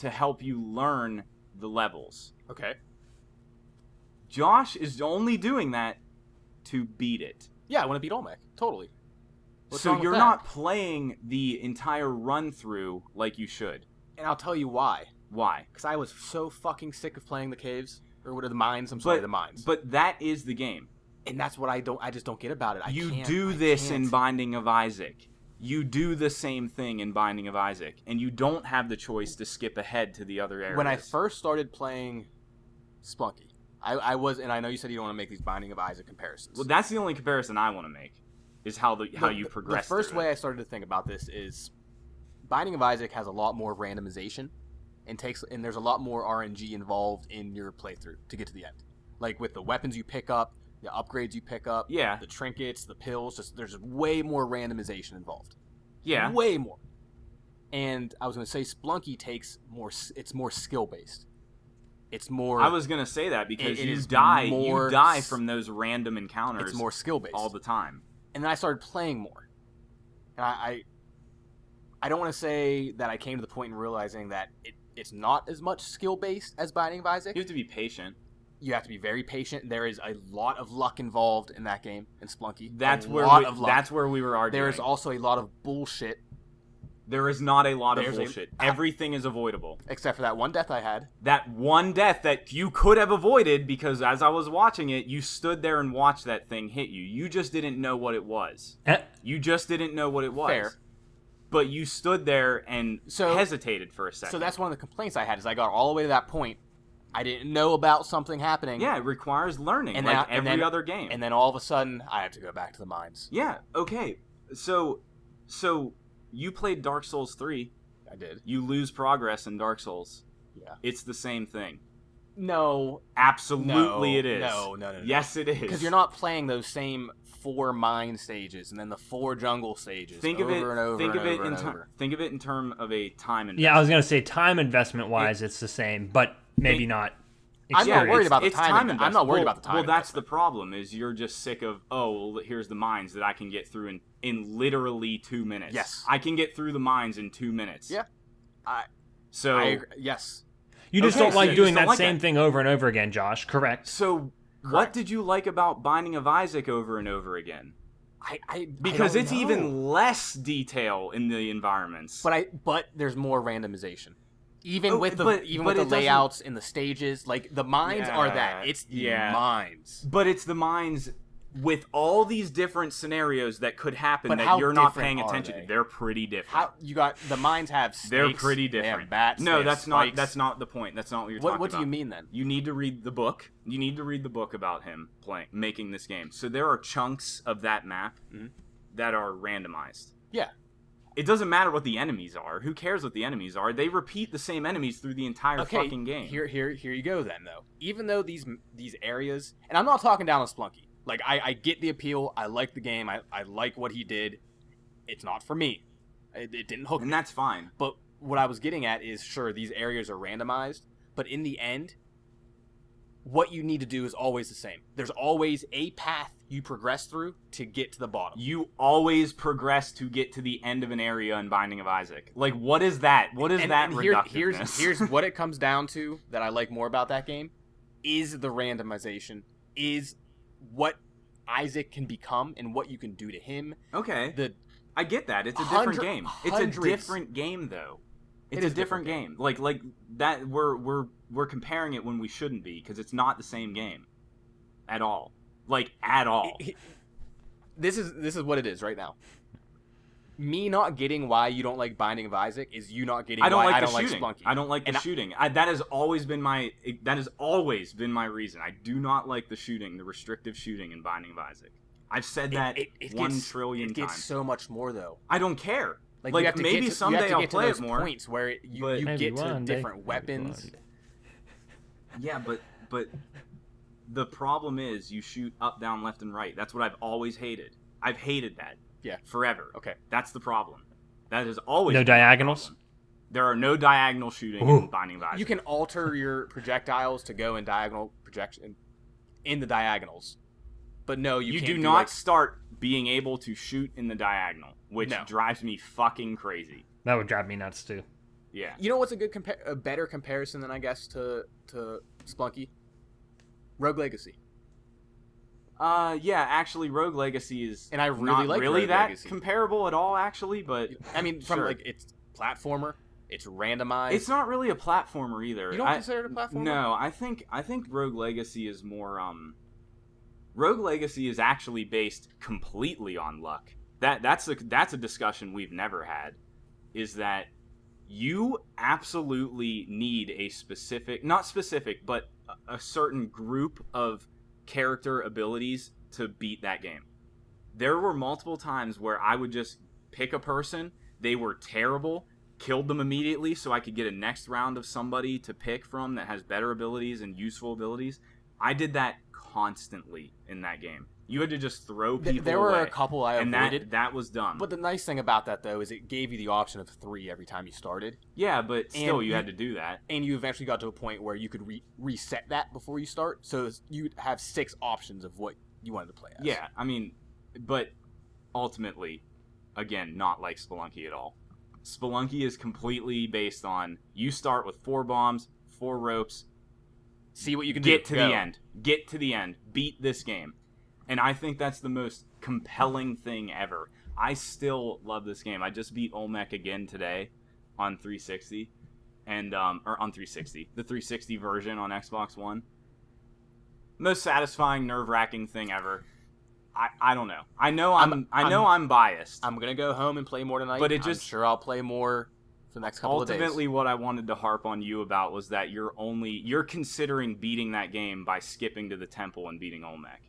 S2: to help you learn the levels.
S3: Okay.
S2: Josh is only doing that to beat it.
S3: Yeah, I want to beat Olmec. Totally. What's wrong
S2: so
S3: with
S2: you're
S3: that?
S2: not playing the entire run through like you should.
S3: And I'll tell you why.
S2: Why?
S3: Because I was so fucking sick of playing the caves or what are the mines? I'm sorry,
S2: But-
S3: the mines.
S2: But that is the game.
S3: and that's what I don't. I just don't get about it. I
S2: you
S3: can't-
S2: do
S3: I
S2: this
S3: can't.
S2: in Binding of Isaac. You do the same thing in Binding of Isaac, and you don't have the choice to skip ahead to the other areas.
S3: When I first started playing Splunky, I, I was, and I know you said you don't want to make these Binding of Isaac comparisons.
S2: well, that's the only comparison I want to make is how the how
S3: the-
S2: you
S3: the-
S2: progress.
S3: The first
S2: through it.
S3: way I started to think about this is Binding of Isaac has a lot more randomization and takes and there's a lot more RNG involved in your playthrough to get to the end. Like with the weapons you pick up, the upgrades you pick up,
S2: Yeah,
S3: the trinkets, the pills, just there's way more randomization involved.
S2: yeah,
S3: Way more. And I was going to say Splunky takes more s- it's more skill based. It's more
S2: I was gonna say that because
S3: It- it
S2: you
S3: is
S2: die, you
S3: more
S2: die
S3: s-
S2: from those random encounters
S3: it's more skill based.
S2: all the time.
S3: and then I started playing more. And I, I, I don't want to say that I came to the point in realizing that it, it's not as much skill based as Binding of Isaac.
S2: You have to be patient.
S3: You have to be very patient. There is a lot of luck involved in that game in Splunky.
S2: That's
S3: a
S2: where
S3: lot
S2: we,
S3: of luck.
S2: that's where we were arguing.
S3: there is also a lot of bullshit,
S2: there is not a lot of
S3: There's a-
S2: bullshit. Everything is avoidable.
S3: except for that one death I had.
S2: That one death that you could have avoided because as I was watching it, you stood there and watched that thing hit you. You just didn't know what it was.
S1: Eh,
S2: You just didn't know what it was.
S3: Fair.
S2: But you stood there and
S3: So-
S2: hesitated for a second.
S3: So that's one of the complaints I had is I got all the way to that point. I didn't know about something happening.
S2: yeah, it requires learning
S3: And
S2: like
S3: that- and
S2: every
S3: then-
S2: other game.
S3: And then all of a sudden, I have to go back to the mines.
S2: Yeah. Okay. So, so you played Dark Souls three.
S3: I did.
S2: You lose progress in Dark Souls.
S3: Yeah.
S2: It's the same thing.
S3: No.
S2: Absolutely,
S3: no,
S2: it is.
S3: No, no, no. no.
S2: Yes, it is.
S3: because you're not playing those same four mine stages and then the four jungle stages
S2: Think
S3: over
S2: of it.
S3: and over
S2: think
S3: and
S2: of it
S3: over
S2: in
S3: and
S2: ter-
S3: over.
S2: think of it in term of a time investment.
S1: yeah, I was gonna say time investment wise, it's the same, but maybe
S2: Think-
S1: not.
S3: I'm not
S1: Experience.
S3: worried about the
S2: it's
S3: time invest- I'm not worried
S2: well,
S3: about the time
S2: Well, that's the problem. Is you're just sick of oh, well, here's the mines that I can get through in in literally two minutes.
S3: Yes.
S2: I can get through the mines in two minutes.
S3: Yeah. I-
S2: So
S3: I agree. Yes,
S1: You just
S2: Okay,
S1: don't
S2: so
S1: like
S2: you just
S1: doing
S2: don't
S1: that
S2: like
S1: same
S2: that.
S1: thing over and over again, Josh. Correct.
S2: So, what did you like about Binding of Isaac over and over again?
S3: I, I
S2: because
S3: I don't
S2: it's
S3: know.
S2: even less detail in the environments.
S3: But I but there's more randomization. Even
S2: Oh,
S3: with the
S2: but-
S3: even
S2: but it
S3: with the
S2: doesn't-
S3: layouts and the stages, like the mines are that.
S2: Yeah,
S3: It's the
S2: yeah.
S3: mines.
S2: But it's the mines with all these different scenarios that could happen
S3: But
S2: that
S3: how
S2: you're not
S3: different
S2: paying
S3: are
S2: attention
S3: they?
S2: to. They're pretty different.
S3: How you got the mines have snakes,
S2: They're pretty
S3: they have
S2: different.
S3: bats. they
S2: no,
S3: have
S2: that's not
S3: spikes.
S2: that's not the point. That's not what you're
S3: What
S2: talking
S3: what do you
S2: about.
S3: mean then?
S2: You need to read the book. You need to read the book about him playing making this game. So there are chunks of that map that are randomized.
S3: Mm-hmm. Yeah.
S2: It doesn't matter what the enemies are. Who cares what the enemies are? They repeat the same enemies through the entire
S3: Okay,
S2: fucking game.
S3: here here here you go then though. Even though these these areas, and I'm not talking down on Splunky. Like I I get the appeal. I like the game. I I like what he did. It's not for me. It, it didn't hook me.
S2: and that's fine.
S3: But what I was getting at is sure, these areas are randomized, but in the end, what you need to do is always the same. There's always a path you progress through to get to the bottom.
S2: You always progress to get to the end of an area in Binding of Isaac. Like what is that? What is
S3: and,
S2: that
S3: and here-
S2: reductiveness?
S3: here's here's what it comes down to that I like more about that game is the randomization, is what Isaac can become and what you can do to him.
S2: okay.
S3: The
S2: I get that. It's a
S3: Hundred-
S2: different game. It's a
S3: hundreds.
S2: different game though.
S3: It
S2: It's
S3: is
S2: a different game. Like like that we're we're we're comparing it when we shouldn't be because it's not the same game at all. Like at all.
S3: he- this is this is what it is right now. Me not getting why you don't like Binding of Isaac is you not getting
S2: I don't
S3: why
S2: like
S3: I
S2: the
S3: don't like
S2: shooting.
S3: Splunky.
S2: I don't like the
S3: And I-
S2: shooting. I, that has always been my that has always been my reason. I do not like the shooting, the restrictive shooting in Binding of Isaac. I've said that
S3: it, it
S2: one
S3: gets,
S2: trillion
S3: it gets
S2: times.
S3: so much more though.
S2: I don't care.
S3: Like,
S2: Like,
S3: you have to
S2: maybe
S3: get to, you have
S2: someday
S3: to
S2: I'll
S3: get
S2: play
S3: to those
S2: it more.
S3: points where it- you,
S2: but-
S3: you
S1: Maybe
S3: get to
S1: one day.
S3: different
S1: Maybe
S3: weapons.
S1: one day.
S2: Yeah, but but the problem is you shoot up, down, left, and right. That's what I've always hated. I've hated that.
S3: Yeah.
S2: Forever.
S3: Okay.
S2: That's the problem. That is always
S1: No
S2: been my
S1: diagonals?
S2: problem. There are no diagonal shooting
S1: Ooh.
S2: in Binding of Isaac.
S3: You can alter your projectiles to go in diagonal projection in the diagonals. But no, you,
S2: you
S3: can't
S2: do
S3: do,
S2: not
S3: like-
S2: start being able to shoot in the diagonal, which
S3: No.
S2: drives me fucking crazy.
S1: That would drive me nuts too.
S2: Yeah.
S3: You know what's a good compa- a better comparison than I guess to to Splunky? Rogue Legacy.
S2: Uh, yeah. Actually, Rogue Legacy is
S3: And I really
S2: not
S3: like
S2: really
S3: Rogue
S2: that
S3: Legacy.
S2: comparable at all. Actually, but
S3: I mean, from
S2: Sure.
S3: like it's platformer, it's randomized.
S2: it's not really a platformer either.
S3: you don't
S2: I-
S3: consider it a platformer?
S2: No, I think I think Rogue Legacy is more um Rogue Legacy is actually based completely on luck. That that's a that's a discussion we've never had is that you absolutely need a specific not specific but a- a certain group of character abilities to beat that game. There were multiple times where I would just pick a person, they were terrible, killed them immediately so I could get a next round of somebody to pick from that has better abilities and useful abilities. I did that constantly in that game. You had to just throw people
S3: Th- there were
S2: away.
S3: a couple I
S2: and
S3: avoided.
S2: that that was dumb.
S3: But the nice thing about that though is it gave you the option of three every time you started,
S2: yeah, but still
S3: and
S2: you
S3: you-
S2: had to do that.
S3: and you eventually got to a point where you could re- reset that before you start, so you have six options of what you wanted to play as.
S2: Yeah, I mean, but ultimately, again, not like Spelunky at all. Spelunky is completely based on you start with four bombs, four ropes,
S3: See what you can
S2: get
S3: do.
S2: to
S3: Go.
S2: the end, get to the end, beat this game. And I think that's the most compelling thing ever. I still love this game. I just beat Olmec again today on 360 and um or on 360, the 360 version on Xbox 1. Most satisfying, nerve-wracking thing ever. I, I don't know. I know I'm,
S3: I'm-
S2: i know I'm, biased.
S3: I'm gonna go home and play more tonight.
S2: But it
S3: I'm
S2: just-
S3: sure I'll play more for the next couple of days.
S2: ultimately what i wanted to harp on you about was that you're only you're considering beating that game by skipping to the temple and beating olmec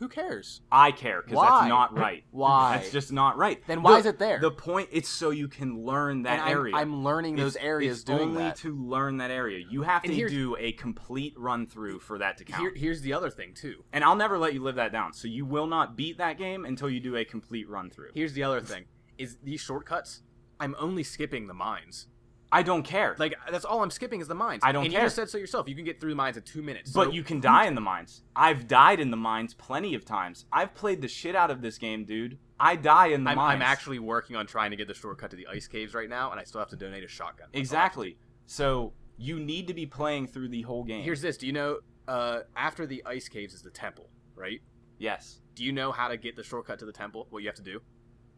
S3: Who cares?
S2: i care because
S3: Why?
S2: that's not right
S3: Why?
S2: that's just not right
S3: then why
S2: The-
S3: is it there?
S2: the point it's so you can learn that
S3: and I'm,
S2: area
S3: I'm learning those
S2: It's-
S3: areas
S2: it's
S3: doing
S2: only
S3: that.
S2: to learn that area you have
S3: And
S2: to
S3: here's-
S2: do a complete run through for that to count
S3: Here, here's the other thing too.
S2: and i'll never let you live that down so you will not beat that game until you do a complete run through
S3: Here's the other thing: is these shortcuts. I'm only skipping the mines.
S2: i don't care
S3: Like that's all I'm skipping is the mines.
S2: I don't
S3: and You
S2: care.
S3: just said so yourself. You can get through the mines in two minutes. So
S2: But you can die in the mines. I've died in the mines plenty of times. I've played the shit out of this game, dude. I die in the
S3: I'm,
S2: mines.
S3: I'm actually working on trying to get the shortcut to the ice caves right now, and I still have to donate a shotgun. That's all I have to
S2: exactly. So you need to be playing through the whole game.
S3: Here's this. Do you know? Uh, after the ice caves is the temple, right?
S2: Yes.
S3: Do you know how to get the shortcut to the temple? What you have to do?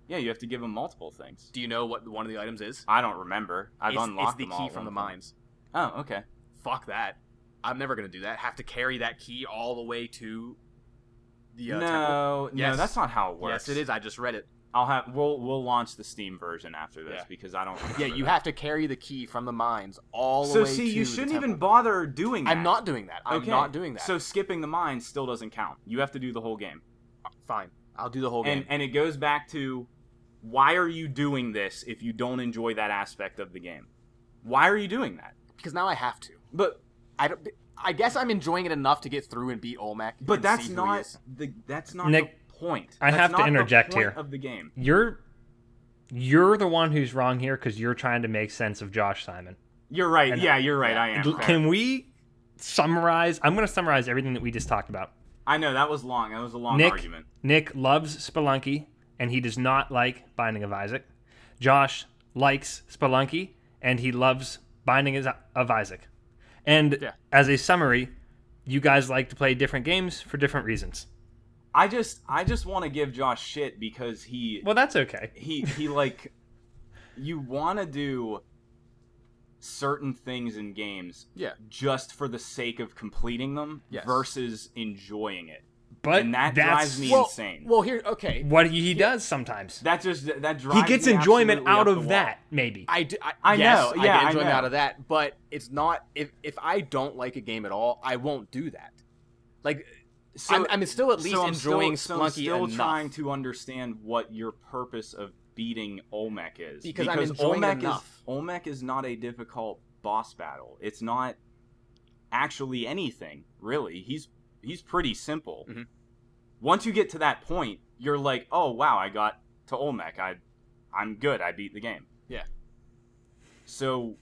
S2: Yeah, you have to give them multiple things.
S3: Do you know what one of the items is?
S2: I don't remember. I've
S3: it's,
S2: unlocked
S3: it's the
S2: them all
S3: key
S2: at
S3: from the
S2: one point.
S3: mines.
S2: Oh, okay.
S3: Fuck that. I'm never gonna do that. Have to carry that key all the way to the uh, temple.
S2: no, no,
S3: Yes.
S2: that's not how it works.
S3: Yes, it is. I just read it.
S2: I'll have we'll we'll launch the Steam version after this
S3: Yeah.
S2: because I don't.
S3: Yeah, you have to carry the key from the mines all the
S2: So
S3: way.
S2: see,
S3: to
S2: you
S3: the
S2: shouldn't
S3: temple.
S2: even bother doing. That.
S3: I'm not doing that. I'm
S2: okay.
S3: not doing that.
S2: So skipping the mine still doesn't count. You have to do the whole game.
S3: fine, I'll do the whole game.
S2: And and it goes back to why are you doing this if you don't enjoy that aspect of the game? Why are you doing that?
S3: because now I have to.
S2: But
S3: I don't. I guess I'm enjoying it enough to get through and beat Olmec.
S2: but
S3: and
S2: that's
S3: see who he
S2: not
S3: is.
S2: the that's not
S1: Nick,
S2: the point.
S1: I
S2: That's
S1: have to
S2: not the
S1: interject
S2: point
S1: here.
S2: of the game.
S1: You're you're the one who's wrong here because you're trying to make sense of Josh Simon.
S2: You're right.
S1: And-
S2: yeah, you're right. I am.
S1: L-
S2: Fair.
S1: Can we summarize? I'm going to summarize everything that we just talked about.
S2: I know that was long. That was a long
S1: Nick
S2: argument.
S1: Nick loves Spelunky and he does not like Binding of Isaac. Josh likes Spelunky and he loves Binding is- of Isaac. And
S2: Yeah.
S1: as a summary, you guys like to play different games for different reasons.
S2: I just I just want to give Josh shit because he
S1: Well, that's okay.
S2: he he like you want to do certain things in games
S3: Yeah.
S2: just for the sake of completing them
S3: Yes.
S2: versus enjoying it.
S1: But
S2: And that
S1: that's
S2: drives me
S3: well,
S2: insane.
S3: Well, here, okay.
S1: what he, he does sometimes.
S2: That just that drives
S1: He gets
S2: me
S1: enjoyment
S2: absolutely
S1: out
S2: up the
S1: of
S2: wall.
S1: that, maybe.
S3: I do. I,
S2: I
S3: yes,
S2: know,
S3: I
S2: yeah, I
S3: get enjoyment
S2: know.
S3: out of that, but it's not. If if I don't like a game at all, I won't do that. Like
S2: So,
S3: I'm, I'm still at least
S2: so I'm
S3: enjoying
S2: still, so I'm
S3: Splunky
S2: still
S3: enough.
S2: trying to understand what your purpose of beating Olmec is
S3: Because I'm enjoying it
S2: Olmec
S3: enough.
S2: is Olmec is not a difficult boss battle. It's not actually anything really. He's he's pretty simple.
S3: Mhm.
S2: Once you get to that point, you're like, oh wow, I got to Olmec. I I'm good. I beat the game.
S3: Yeah.
S2: So.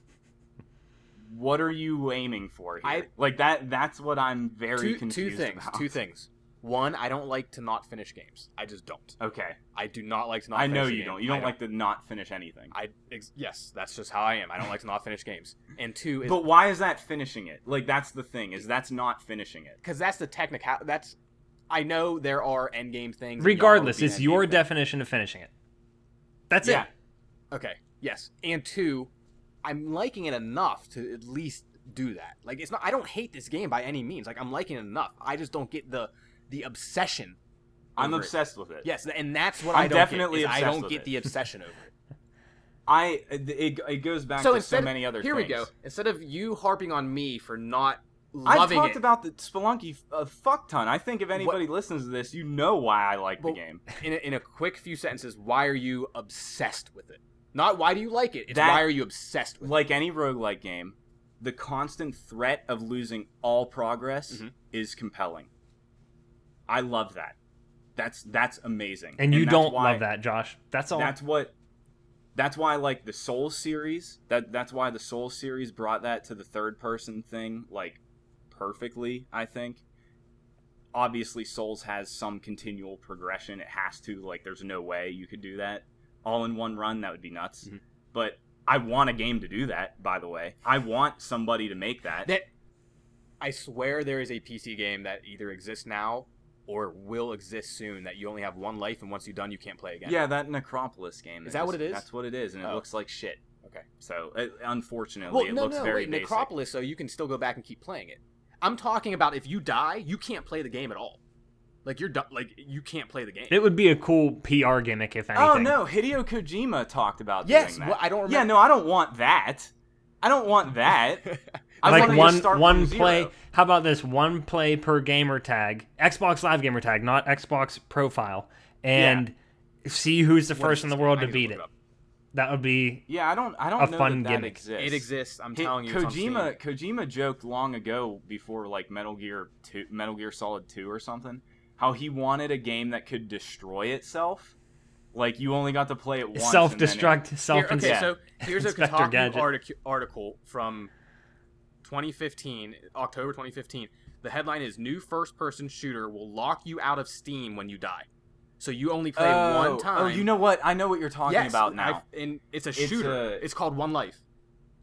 S2: What are you aiming for here?
S3: I-
S2: like that that's what I'm very
S3: two, two
S2: confused
S3: things.
S2: about.
S3: Two things. One, I don't like to not finish games. I just don't.
S2: Okay.
S3: I do not like to not.
S2: I know
S3: finish a
S2: you
S3: game.
S2: don't. You
S3: I
S2: don't like to not finish anything.
S3: I ex- yes, that's just how I am. I don't like to not finish games. And two is
S2: But why is that finishing it? Like that's the thing is that's not finishing it.
S3: because that's the technical. That's I know there are end game things. and y'all
S1: Regardless,
S2: be
S1: it's
S2: an
S1: your
S2: MVP.
S1: definition of finishing it. That's
S2: yeah.
S1: it.
S3: wanna- okay. Yes, and two, I'm liking it enough to at least do that. Like it's not. I don't hate this game by any means. Like I'm liking it enough. I just don't get the the obsession.
S2: I'm
S3: over it.
S2: obsessed with it.
S3: Yes, and that's what
S2: I'm
S3: I do
S2: definitely
S3: I
S2: obsessed
S3: don't
S2: with
S3: get
S2: it.
S3: the obsession over it.
S2: I it, it goes back to so many other
S3: here
S2: things.
S3: we go. Instead of you harping on me for not
S2: I've
S3: loving
S2: talked
S3: it,
S2: about the Spelunky a fuck ton. I think if anybody listens to this, you know why I like
S3: Well-
S2: the game.
S3: in a, in a quick few sentences, why are you obsessed with it? Not why do you like it. It's
S2: That-
S3: why are you obsessed with it?
S2: Like any roguelike game, the constant threat of losing all progress
S3: Mhm.
S2: is compelling. I love that. That's that's amazing.
S1: And you
S2: that's
S1: don't
S2: why-
S1: love that, Josh. That's all.
S2: that's what that's why I like the Soul series. That that's why the Soul series brought that to the third person thing like perfectly, I think. Obviously Souls has some continual progression. It has to like there's no way you could do that all in one run. That would be nuts.
S3: Mhm.
S2: But I want a game to do that, by the way. I want somebody to make that.
S3: That I swear there is a PC game that either exists now or will exist soon that you only have one life and once you're done you can't play again.
S2: yeah, that Necropolis game.
S3: Is that what it is?
S2: That's what it is, and it
S3: Oh.
S2: looks like shit.
S3: Okay.
S2: So, it, unfortunately,
S3: Well,
S2: it
S3: no,
S2: looks
S3: no,
S2: very
S3: wait.
S2: basic.
S3: Necropolis, though, you can still go back and keep playing it. I'm talking about if you die, you can't play the game at all. Like you're done. Like you can't play the game.
S1: It would be a cool PR gimmick if anything.
S2: Oh no, Hideo Kojima talked about
S3: yes.
S2: doing that.
S3: Well, I don't remember.
S2: yeah, no, I don't want that. I don't want that. I want
S1: like
S2: it to
S1: one
S2: start
S1: one
S2: from zero.
S1: play. How about this? One play per gamer tag, Xbox Live gamer tag, not Xbox profile, and see who's the
S3: What is
S1: first in the world
S3: I
S1: to
S3: need
S1: beat
S3: look
S1: it.
S3: up.
S1: That would be
S2: Yeah, I don't. I don't
S1: A
S2: know
S1: fun
S2: that, that
S1: gimmick.
S2: exists.
S3: It exists. I'm
S2: Hi-
S3: telling you. it's on
S2: Kojima
S3: Steam.
S2: Kojima joked long ago before like Metal Gear Two, Metal Gear Solid Two or something, how he wanted a game that could destroy itself. Like you only got to play it once. and then it-
S1: self destruct,
S3: Here,
S1: self
S3: okay,
S2: Yeah.
S3: so here's a
S1: Inspector
S3: Kotaku
S1: Gadget.
S3: artic- article from 2015, October 2015. The headline is "New First-Person Shooter Will Lock You Out of Steam When You Die." So you only play
S2: Oh,
S3: one time.
S2: Oh, you know what? I know what you're talking
S3: yes,
S2: about now.
S3: I've- and it's a
S2: It's
S3: shooter.
S2: a-
S3: It's called One Life.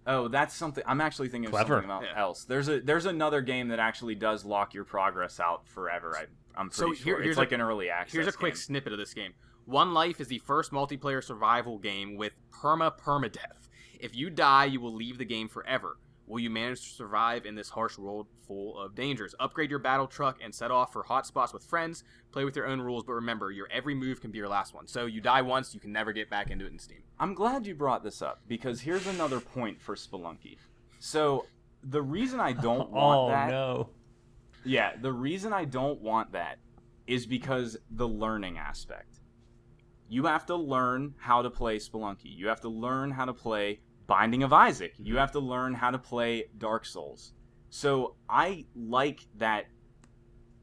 S2: Oh, that's something. I'm actually thinking
S1: Clever.
S2: of something about
S3: Yeah.
S2: else. There's a there's another game that actually does lock your progress out forever. I'm I'm
S3: So
S2: pretty
S3: here-
S2: sure.
S3: here's
S2: it's
S3: a-
S2: like an early access.
S3: Here's a quick
S2: game.
S3: snippet of this game. One Life is the first multiplayer survival game with perma permadeath. If you die, you will leave the game forever. Will you manage to survive in this harsh world full of dangers? Upgrade your battle truck and set off for hotspots with friends. Play with your own rules, but remember, your every move can be your last one. So you die once, you can never get back into it in Steam.
S2: I'm glad you brought this up because here's another point for Spelunky. So the reason I don't want
S1: Oh
S2: that,
S1: no.
S2: yeah, the reason I don't want that is because the learning aspect. You have to learn how to play Spelunky. You have to learn how to play Binding of Isaac. You have to learn how to play Dark Souls. So I like that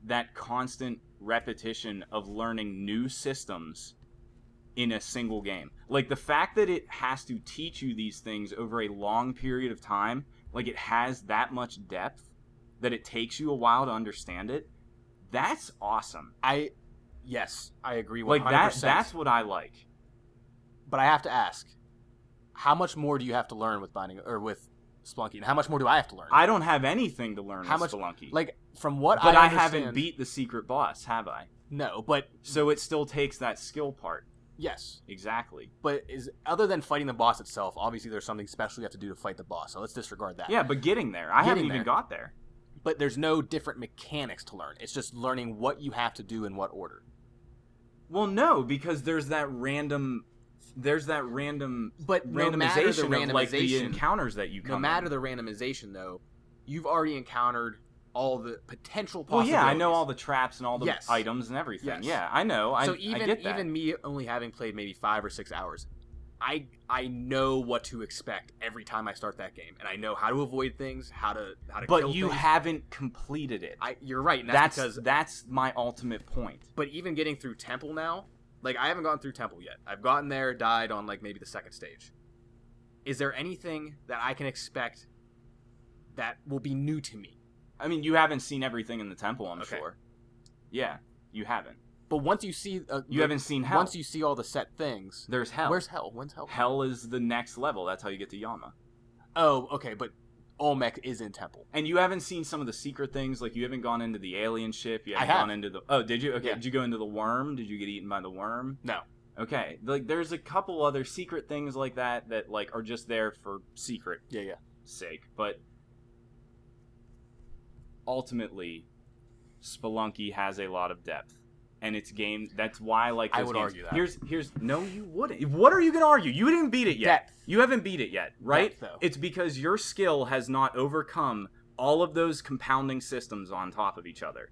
S2: that constant repetition of learning new systems in a single game. Like the fact that it has to teach you these things over a long period of time, like it has that much depth that it takes you a while to understand it. That's awesome.
S3: I, yes, I agree. 100%.
S2: Like that that's what I like.
S3: But I have to ask, how much more do you have to learn with binding or with Splunky, and how much more do I have to learn?
S2: I don't have anything to learn
S3: How
S2: with
S3: much-
S2: Spelunky.
S3: like from what
S2: but I,
S3: I,
S2: haven't
S3: understand-
S2: beat the secret boss, have I?
S3: No, but
S2: So it still takes that skill part.
S3: yes,
S2: Exactly.
S3: but is other than fighting the boss itself, obviously there's something special you have to do to fight the boss. So let's disregard that.
S2: Yeah, but getting there. I haven't
S3: Getting
S2: even
S3: there.
S2: got there.
S3: But there's no different mechanics to learn. It's just learning what you have to do in what order.
S2: Well, no, because there's that random there's that random
S3: But no matter the
S2: randomization
S3: randomization,
S2: of like the encounters that you come
S3: no matter
S2: in.
S3: the randomization though, you've already encountered all the potential
S2: well
S3: possibilities.
S2: yeah i know all the traps and all the
S3: Yes.
S2: items and everything
S3: Yes.
S2: yeah i know I,
S3: so
S2: I
S3: even
S2: get that.
S3: even me only having played maybe five or six hours, I I know what to expect every time I start that game, and I know how to avoid things, how to how to.
S2: but
S3: kill
S2: you
S3: things.
S2: haven't completed it
S3: I, you're right. And
S2: that's
S3: that's,
S2: that's,
S3: because.
S2: my ultimate point
S3: But even getting through Temple now, like I haven't gone through Temple yet. I've gotten there, died on like maybe the second stage. Is there anything that I can expect that will be new to me?
S2: i mean you haven't seen everything in the temple i'm
S3: Okay.
S2: sure yeah you haven't
S3: But once you see, uh,
S2: you
S3: the-
S2: haven't seen hell
S3: Once you see all the set things,
S2: there's hell
S3: where's hell? When's hell?
S2: hell is the next level that's how you get to yama
S3: Oh, okay, but Olmec is in Temple.
S2: and you haven't seen some of the secret things like you haven't gone into the alien ship you
S3: I
S2: haven't
S3: have.
S2: gone into the oh did you okay
S3: Yeah.
S2: did you go into the worm did you get eaten by the worm
S3: No.
S2: okay like there's a couple other secret things like that that like are just there for secret
S3: Yeah, yeah.
S2: sake, but ultimately, Spelunky has a lot of depth, and its game. That's why I like.
S3: I
S2: those
S3: would
S2: games.
S3: argue that.
S2: Here's here's no, you wouldn't. What are you gonna argue? You didn't beat it yet.
S3: Depth.
S2: You haven't beat it yet, right?
S3: Depth, though.
S2: It's because your skill has not overcome all of those compounding systems on top of each other.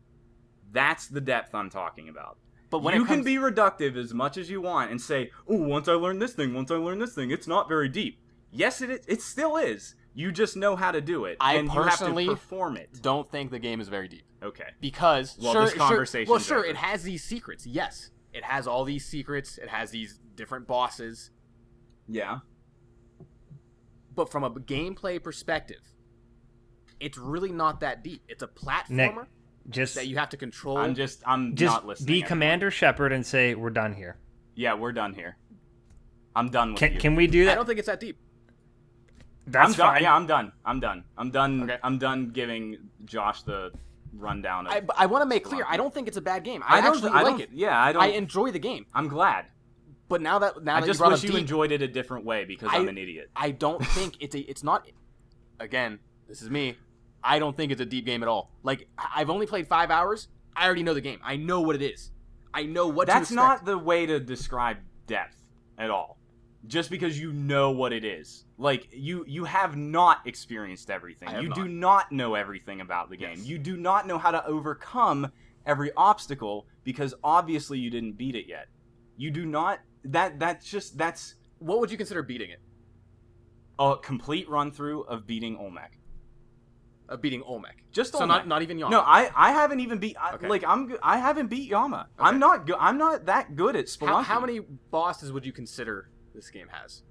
S2: That's the depth I'm talking about.
S3: But when
S2: you
S3: it comes,
S2: can be reductive as much as you want and say, "Oh, once I learned this thing, once I learned this thing, it's not very deep." Yes, it is. It still is. You just know how to do it,
S3: I
S2: and
S3: personally
S2: you have to perform it.
S3: don't think the game is very deep.
S2: Okay.
S3: because
S2: Well,
S3: sure,
S2: this
S3: sure-
S2: conversation's
S3: well, sure,
S2: over.
S3: it has these secrets. Yes, it has all these secrets. It has these different bosses.
S2: Yeah.
S3: But from a gameplay perspective, it's really not that deep. It's a platformer
S1: Nick, Just
S3: that you have to control.
S2: I'm just. I'm
S1: just
S2: not listening.
S1: be
S2: anymore.
S1: Commander Shepard and say we're done here.
S2: Yeah, we're done here. I'm done with
S1: Can
S2: you.
S1: can we do
S3: I
S1: that?
S3: don't think it's that deep.
S1: That's
S2: I'm done.
S1: fine.
S2: Yeah, I'm done. I'm done. I'm done.
S3: Okay.
S2: I'm done giving Josh the rundown. Of,
S3: I, but I want to make clear, I don't think it's a bad game. I,
S2: don't
S3: actually
S2: I
S3: like
S2: don't-
S3: it.
S2: Yeah, I don't.
S3: I enjoy the game.
S2: I'm glad.
S3: But now that now
S2: I
S3: that
S2: just
S3: you brought
S2: wish
S3: up
S2: you
S3: deep,
S2: enjoyed it a different way because
S3: I-
S2: I'm an idiot.
S3: I don't think it's a. It's not. Again, this is me. I don't think it's a deep game at all. Like I- I've only played five hours. I already know the game. I know what it is. I know what. to
S2: That's
S3: expect.
S2: not the way to describe depth at all. Just because you know what it is. Like you you have not experienced everything.
S3: I have
S2: You do not
S3: not.
S2: know everything about the game.
S3: Yes.
S2: You do not know how to overcome every obstacle because obviously you didn't beat it yet. You do not that that's just that's
S3: What would you consider beating it?
S2: a complete run through of beating Olmec.
S3: Uh, beating Olmec.
S2: Just
S3: So
S2: Olmec.
S3: not not even Yama.
S2: No, I, I haven't even beat I,
S3: Okay.
S2: like I'm go- I haven't beat Yama.
S3: Okay.
S2: I'm not go- I'm not that good at Spelunky.
S3: how, how many bosses would you consider this game has?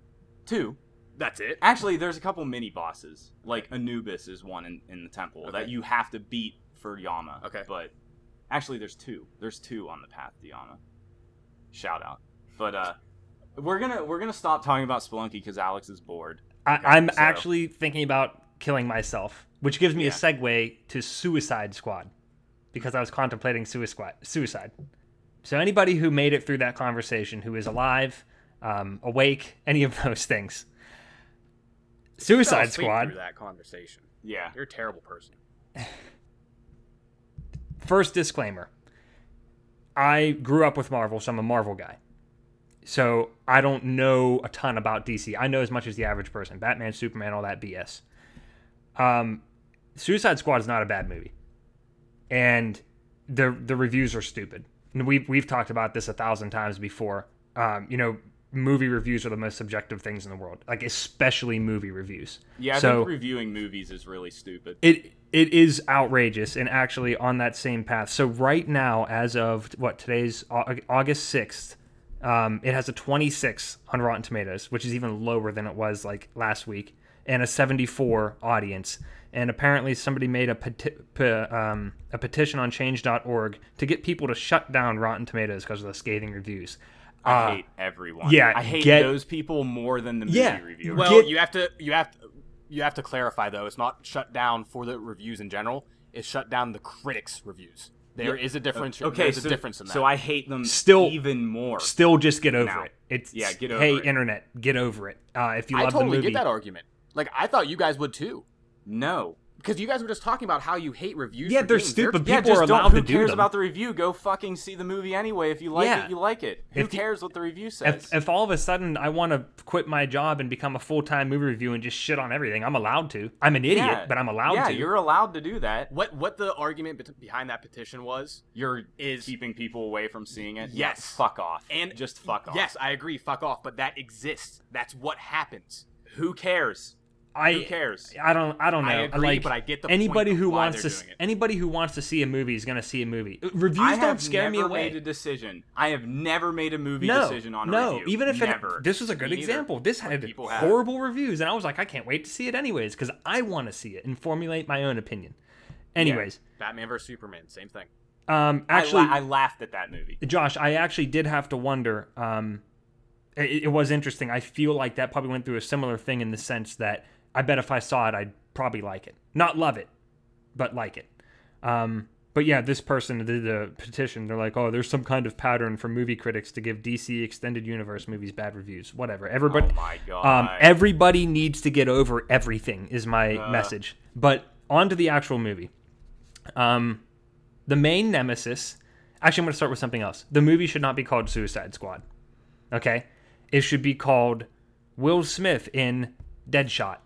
S2: two?
S3: That's it.
S2: Actually, there's a couple mini bosses. Like Anubis is one in, in the temple that
S3: Okay.
S2: you have to beat for Yama.
S3: Okay.
S2: But actually, there's two. There's two on the path to Yama. Shout out. But uh, we're gonna we're gonna stop talking about Spelunky because Alex is bored.
S1: I, I'm
S2: so-
S1: actually thinking about killing myself, which gives me
S2: Yeah.
S1: a segue to Suicide Squad because I was contemplating suicide. Suicide. So anybody who made it through that conversation, who is alive, um, awake, any of those things,
S3: Fell
S1: Suicide
S3: asleep
S1: Squad.
S3: Through that conversation.
S2: Yeah.
S3: You're a terrible person.
S1: first disclaimer I grew up with Marvel, so I'm a Marvel guy. So I don't know a ton about DC. I know as much as the average person Batman, Superman, all that BS. Um, Suicide Squad is not a bad movie. And the, the reviews are stupid. And we've, we've talked about this a thousand times before. Um, you know, movie reviews are the most subjective things in the world, like, especially movie reviews.
S2: Yeah, I
S1: so,
S2: think reviewing movies is really stupid.
S1: it it is outrageous and actually on that same path. So right now, as of what today's Au- August sixth, um, it has a twenty six on Rotten Tomatoes, which is even lower than it was like last week, and a seventy four audience. And apparently, somebody made a peti- pe- um, a petition on Change.org to get people to shut down Rotten Tomatoes because of the scathing reviews.
S2: I hate everyone.
S1: uh, yeah,
S2: I hate
S1: get-
S2: those people more than the movie
S1: Yeah,
S2: reviewers.
S1: well-
S3: Well,
S1: Get-
S3: you have to you have to you have to clarify though. It's not shut down for the reviews in general. It's shut down the critics' reviews. There is a difference.
S1: Uh,
S2: okay,
S3: there's
S2: so,
S3: a difference in that.
S2: so I hate them
S1: Still-
S2: even more.
S1: Still, just get over
S2: Now.
S1: it. It's
S2: Yeah, get over
S1: hey,
S2: it.
S1: internet, get over it. Uh, if you
S3: I
S1: love
S3: totally
S1: the movie,
S3: get that argument. Like I thought you guys would too,
S2: No.
S3: because you guys were just talking about how you hate reviews.
S1: Yeah,
S3: for
S1: they're
S3: games.
S1: stupid.
S2: Yeah,
S1: People
S2: just
S1: are
S2: don't.
S1: allowed
S2: Who
S1: to do
S2: cares
S1: them.
S2: about the review? Go fucking see the movie anyway. If you like
S1: Yeah.
S2: it, you like it. Who
S1: If you-
S2: cares what the review says?
S1: if, if all of a sudden I want to quit my job and become a full time movie review and just shit on everything, I'm allowed to. I'm an idiot,
S2: Yeah.
S1: but I'm allowed
S2: yeah,
S1: to.
S2: you're allowed to do that.
S3: What what the argument bet- behind that petition was?
S2: You're
S3: Is-
S2: keeping people away from seeing it.
S3: Yes.
S2: Fuck off.
S3: And
S2: just fuck off.
S3: Yes, I agree. Fuck off. But that exists. That's what happens.
S2: Who cares?
S1: I,
S2: Who cares?
S1: I don't. I don't know.
S3: I agree,
S1: like,
S3: but I get the point
S1: anybody
S3: of
S1: who
S3: why
S1: wants to
S3: they're
S1: s-
S3: doing it.
S1: anybody who wants to see a movie is going to see a movie. Uh, Reviews
S2: I
S1: don't
S2: have
S1: scare me
S2: never
S1: away.
S2: made a decision. I have never made a movie
S1: no,
S2: decision on
S1: no.
S2: a review.
S1: Even if
S2: never.
S1: It, this was a good
S3: Me neither.
S1: example. This
S3: But
S1: had
S3: people have.
S1: horrible reviews, and I was like, I can't wait to see it anyways because I want to see it and formulate my own opinion. Anyways,
S3: Batman versus Superman, same thing.
S1: um,
S2: I la-
S1: actually,
S2: I laughed at that movie.
S1: Josh, I actually did have to wonder. Um, it, it was interesting. I feel like that probably went through a similar thing in the sense that I bet if I saw it, I'd probably like it. Not love it, but like it. Um, but yeah, this person did the petition. They're like, oh, there's some kind of pattern for movie critics to give DC Extended Universe movies bad reviews. Whatever. Everybody,
S2: oh my god.
S1: um, everybody needs to get over everything is my message. But on to the actual movie. Um, the main nemesis. Actually, I'm going to start with something else. The movie should not be called Suicide Squad. Okay, it should be called Will Smith in Deadshot.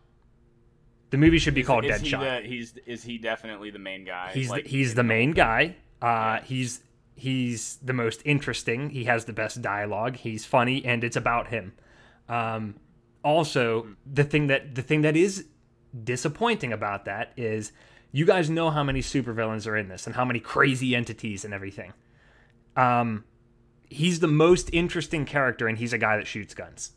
S1: The movie should be called
S2: is he
S1: Deadshot.
S2: the, he's is he definitely the main guy?
S1: he's
S2: like,
S1: the, he's the main guy. Uh, he's he's the most interesting. He has the best dialogue. He's funny, and it's about him. Um, also,
S2: Hmm.
S1: the thing that the thing that is disappointing about that is you guys know how many supervillains are in this and how many crazy entities and everything. Um, he's the most interesting character, and he's a guy that shoots guns.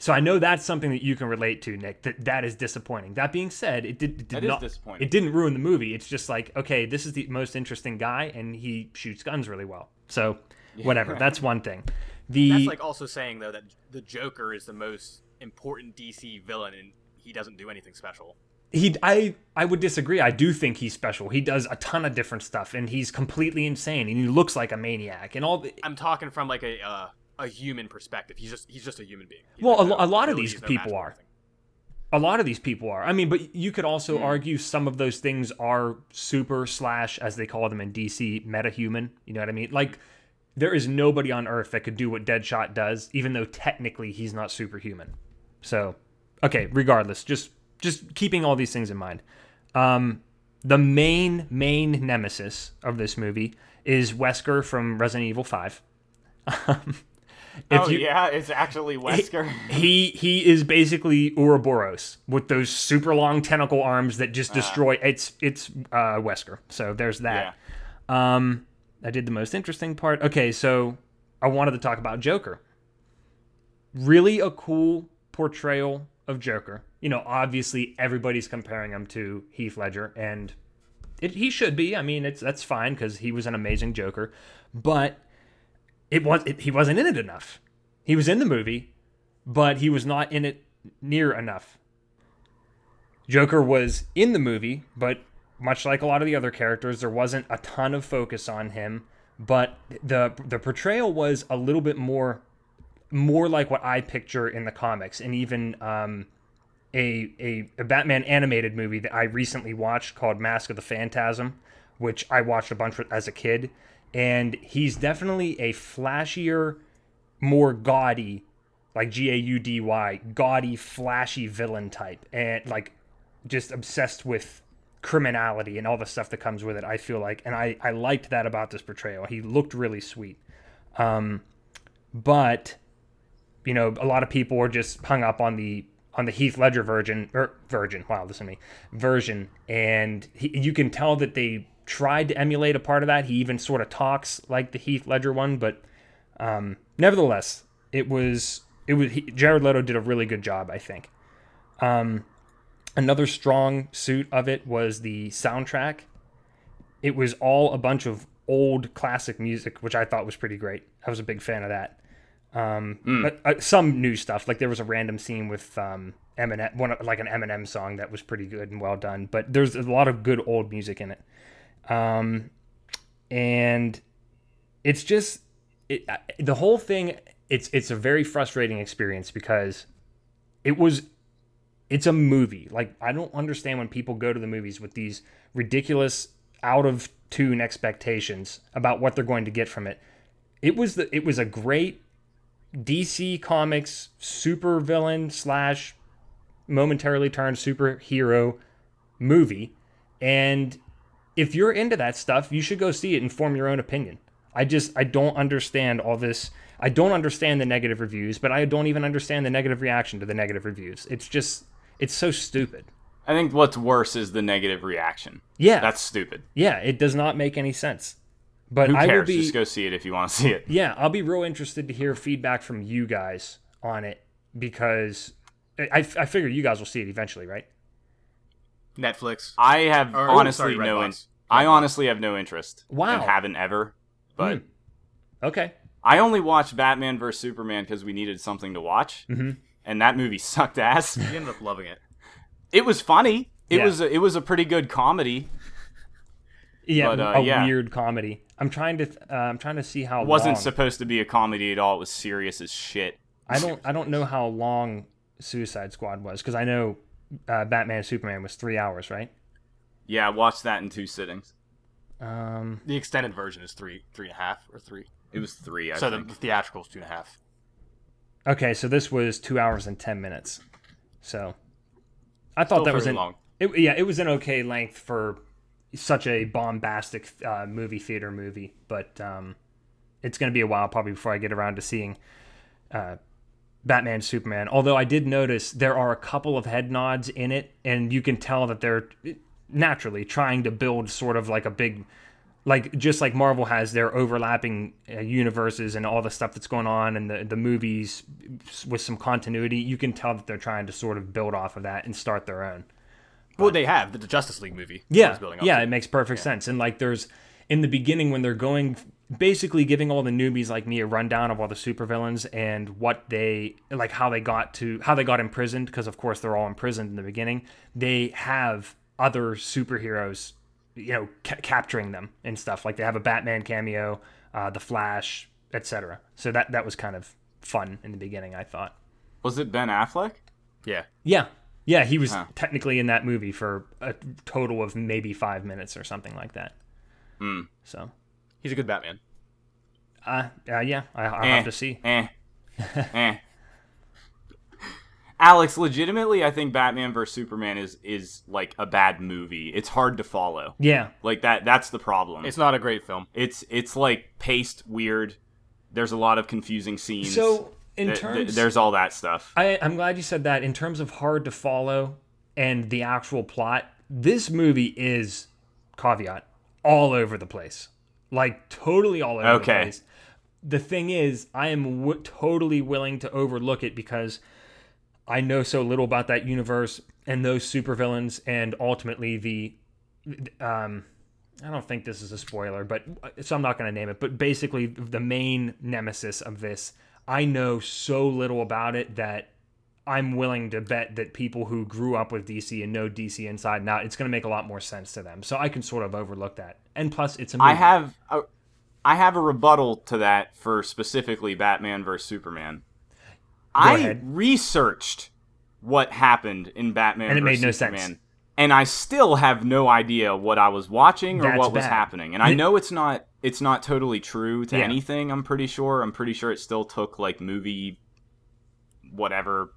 S1: So I know that's something that you can relate to, Nick. That that is disappointing. That being said, it did, it did
S2: That is
S1: not
S2: disappointing.
S1: it didn't ruin the movie. It's just like okay, this is the most interesting guy, and he shoots guns really well. So whatever, that's one thing. The
S3: That's like also saying though that the Joker is the most important DC villain and he doesn't do anything special.
S1: he I I would disagree. I do think he's special. He does a ton of different stuff, and he's completely insane, and he looks like a maniac, and all. The,
S3: I'm talking from like a uh, a human perspective. He's just he's just a human being. He's
S1: Well,
S3: got
S1: a lo-
S3: no
S1: a lot of
S3: abilities,
S1: these
S3: no
S1: people
S3: magic or
S1: are.
S3: anything.
S1: a lot of these people are. I mean, but you could also
S2: Hmm.
S1: argue some of those things are super slash, as they call them in DC, metahuman. You know what I mean? Like, there is nobody on Earth that could do what Deadshot does, even though technically he's not superhuman. So, okay, regardless, just just keeping all these things in mind. Um, the main main nemesis of this movie is Wesker from Resident Evil Five. if
S2: oh
S1: you-
S2: yeah, it's actually Wesker.
S1: he he is basically Ouroboros with those super long tentacle arms that just destroy. It's it's uh, Wesker. So there's
S2: yeah.
S1: that. Um, I did the most interesting part. Okay, so I wanted to talk about Joker. Really a cool portrayal of Joker. You know, obviously everybody's comparing him to Heath Ledger, and it, he should be. I mean, it's that's fine because he was an amazing Joker, but it was it, he wasn't in it enough. He was in the movie, but he was not in it near enough. Joker was in the movie, but much like a lot of the other characters, there wasn't a ton of focus on him, but the the portrayal was a little bit more more like what I picture in the comics, and even um, a, a a Batman animated movie that I recently watched called Mask of the Phantasm, which I watched a bunch with- as a kid, and he's definitely a flashier, more gaudy, like G A U D Y, gaudy, flashy villain type, and like just obsessed with criminality and all the stuff that comes with it. I feel like, and I I liked that about this portrayal. He looked really sweet, um, but you know a lot of people were just hung up on the on the Heath Ledger version or version wow listen to me version and he, you can tell that they tried to emulate a part of that he even sort of talks like the Heath Ledger one but um, nevertheless it was it was he, Jared Leto did a really good job I think um, another strong suit of it was the soundtrack it was all a bunch of old classic music which I thought was pretty great I was a big fan of that but uh, some new stuff. Like there was a random scene with um, Eminem, one of- like an Eminem song that was pretty good and well done. But there's a lot of good old music in it, um, and it's just it, I- the whole thing. It's it's a very frustrating experience because it was it's a movie. Like I don't understand when people go to the movies with these ridiculous out of tune expectations about what they're going to get from it. It was the it was a great DC Comics super villain slash momentarily turned superhero movie. And if you're into that stuff, you should go see it and form your own opinion. I just I don't understand all this. I don't understand the negative reviews, but I don't even understand the negative reaction to the negative reviews. It's just it's so stupid.
S2: I think what's worse is the negative reaction.
S1: Yeah.
S2: That's stupid.
S1: yeah, it does not make any sense. But
S2: Who
S1: I will
S2: cares?
S1: be
S2: Just go see it if you want to see it.
S1: yeah, I'll be real interested to hear feedback from you guys on it because I, I I figure you guys will see it eventually, right?
S3: Netflix.
S2: I have
S3: Or-
S2: honestly
S3: sorry,
S2: no. In-
S3: Redbox.
S2: I honestly have no interest.
S1: Wow.
S2: And haven't ever. But
S1: Hmm. Okay.
S2: I only watched Batman vs Superman because we needed something to watch,
S3: Mm-hmm.
S2: and that movie sucked ass.
S3: You ended up loving it.
S2: it was funny. It
S1: Yeah.
S2: was a, it was a pretty good comedy.
S1: Yeah,
S2: But, uh,
S1: a
S2: yeah.
S1: weird comedy. I'm trying to th- uh, I'm trying to see how
S2: It wasn't
S1: long.
S2: supposed to be a comedy at all. It was serious as shit.
S1: I don't I don't know how long Suicide Squad was because I know uh, Batman Superman was three hours, right?
S2: Yeah, I watched that in two sittings.
S1: Um,
S3: The extended version is three, three and a half, or three.
S2: It was three. I
S3: so
S2: think.
S3: the theatrical is two and a half.
S1: okay, so this was two hours and ten minutes. So I thought
S2: Still
S1: that was
S2: very
S1: an
S2: long.
S1: It, yeah, it was an okay length for such a bombastic uh, movie theater movie, but um, it's going to be a while probably before I get around to seeing uh, Batman Superman. Although I did notice there are a couple of head nods in it, and you can tell that they're naturally trying to build sort of like a big. Like just like Marvel has their overlapping uh, universes and all the stuff that's going on and the the movies with some continuity, you can tell that they're trying to sort of build off of that and start their own.
S3: Well, they have the Justice League movie.
S1: Yeah,
S3: was building up
S1: yeah,
S3: to.
S1: it makes perfect sense. And like, there's in the beginning when they're going, basically giving all the newbies like me a rundown of all the supervillains and what they like, how they got to, how they got imprisoned, because of course they're all imprisoned in the beginning. They have other superheroes, you know, ca- capturing them and stuff. Like they have a Batman cameo, uh, the Flash, etc. So that that was kind of fun in the beginning, I thought.
S2: Was it Ben Affleck?
S3: yeah.
S1: Yeah. Yeah, he was technically in that movie for a total of maybe five minutes or something like that.
S2: Hmm.
S1: So,
S3: He's a good Batman.
S1: uh, uh, yeah, I, I'll
S2: eh,
S1: have to see.
S2: Eh. eh. Alex, legitimately, I think Batman vs Superman is is like a bad movie. It's hard to follow.
S1: Yeah,
S2: Like that. That's the problem.
S3: It's not a great film.
S2: It's it's like paced weird. There's a lot of confusing scenes.
S1: So, in
S2: Th- th-
S1: terms-
S2: there's all that stuff.
S1: I, I'm glad you said that. In terms of hard to follow and the actual plot, this movie is caveat all over the place, like totally all over the
S2: Okay.
S1: place. The thing is, I am w- totally willing to overlook it because I know so little about that universe and those supervillains, and ultimately the. Um, I don't think this is a spoiler, but uh, so I'm not going to name it. But basically, the main nemesis of this, I know so little about it that I'm willing to bet that people who grew up with DC and know DC inside and out, it's going to make a lot more sense to them. So I can sort of overlook that. And plus, it's a movie.
S2: I have a, I have a rebuttal to that for specifically Batman versus Superman. I
S1: ahead.
S2: researched what happened in Batman
S1: And it
S2: versus
S1: made no sense.
S2: Superman, and I still have no idea what I was watching or
S1: That's
S2: what was
S1: bad.
S2: happening. And I know it's not it's not totally true to
S1: Yeah.
S2: anything. I'm pretty sure. I'm pretty sure it still took like movie, whatever,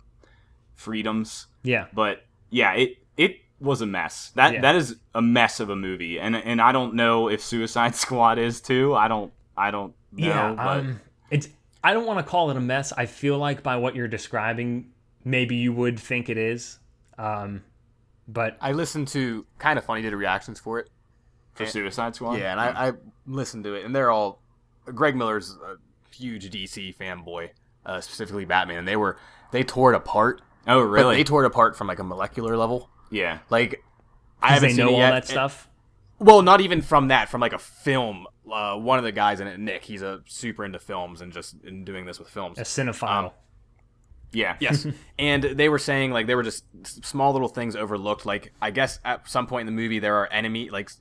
S2: freedoms
S1: yeah.
S2: but yeah, it it was a mess. That
S1: Yeah.
S2: that is a mess of a movie, and and I don't know if Suicide Squad is too. I don't I don't know.
S1: yeah.
S2: but
S1: um, it's. I don't want to call it a mess. I feel like by what you're describing, maybe you would think it is. Um, but
S3: I listened to kind of funny did reactions for it.
S2: for Suicide Squad,
S3: Yeah, and I, I listened to it, and they're all. Greg Miller's a huge DC fanboy, uh, specifically Batman, and they were they tore it apart.
S2: oh
S3: But
S2: really?
S3: they tore it apart from like a molecular level.
S2: yeah,
S3: Like I
S1: 'cause
S3: haven't
S1: they
S3: seen
S1: know
S3: it
S1: all
S3: yet.
S1: that stuff.
S3: Well, not even from that, from like a film. Uh, one of the guys in it, Nick, he's a super into films and just in doing this with films.
S1: A cinephile.
S3: Um,
S2: yeah,
S3: Yes. and they were saying like they were just s- small little things overlooked. Like I guess at some point in the movie there are enemy like s-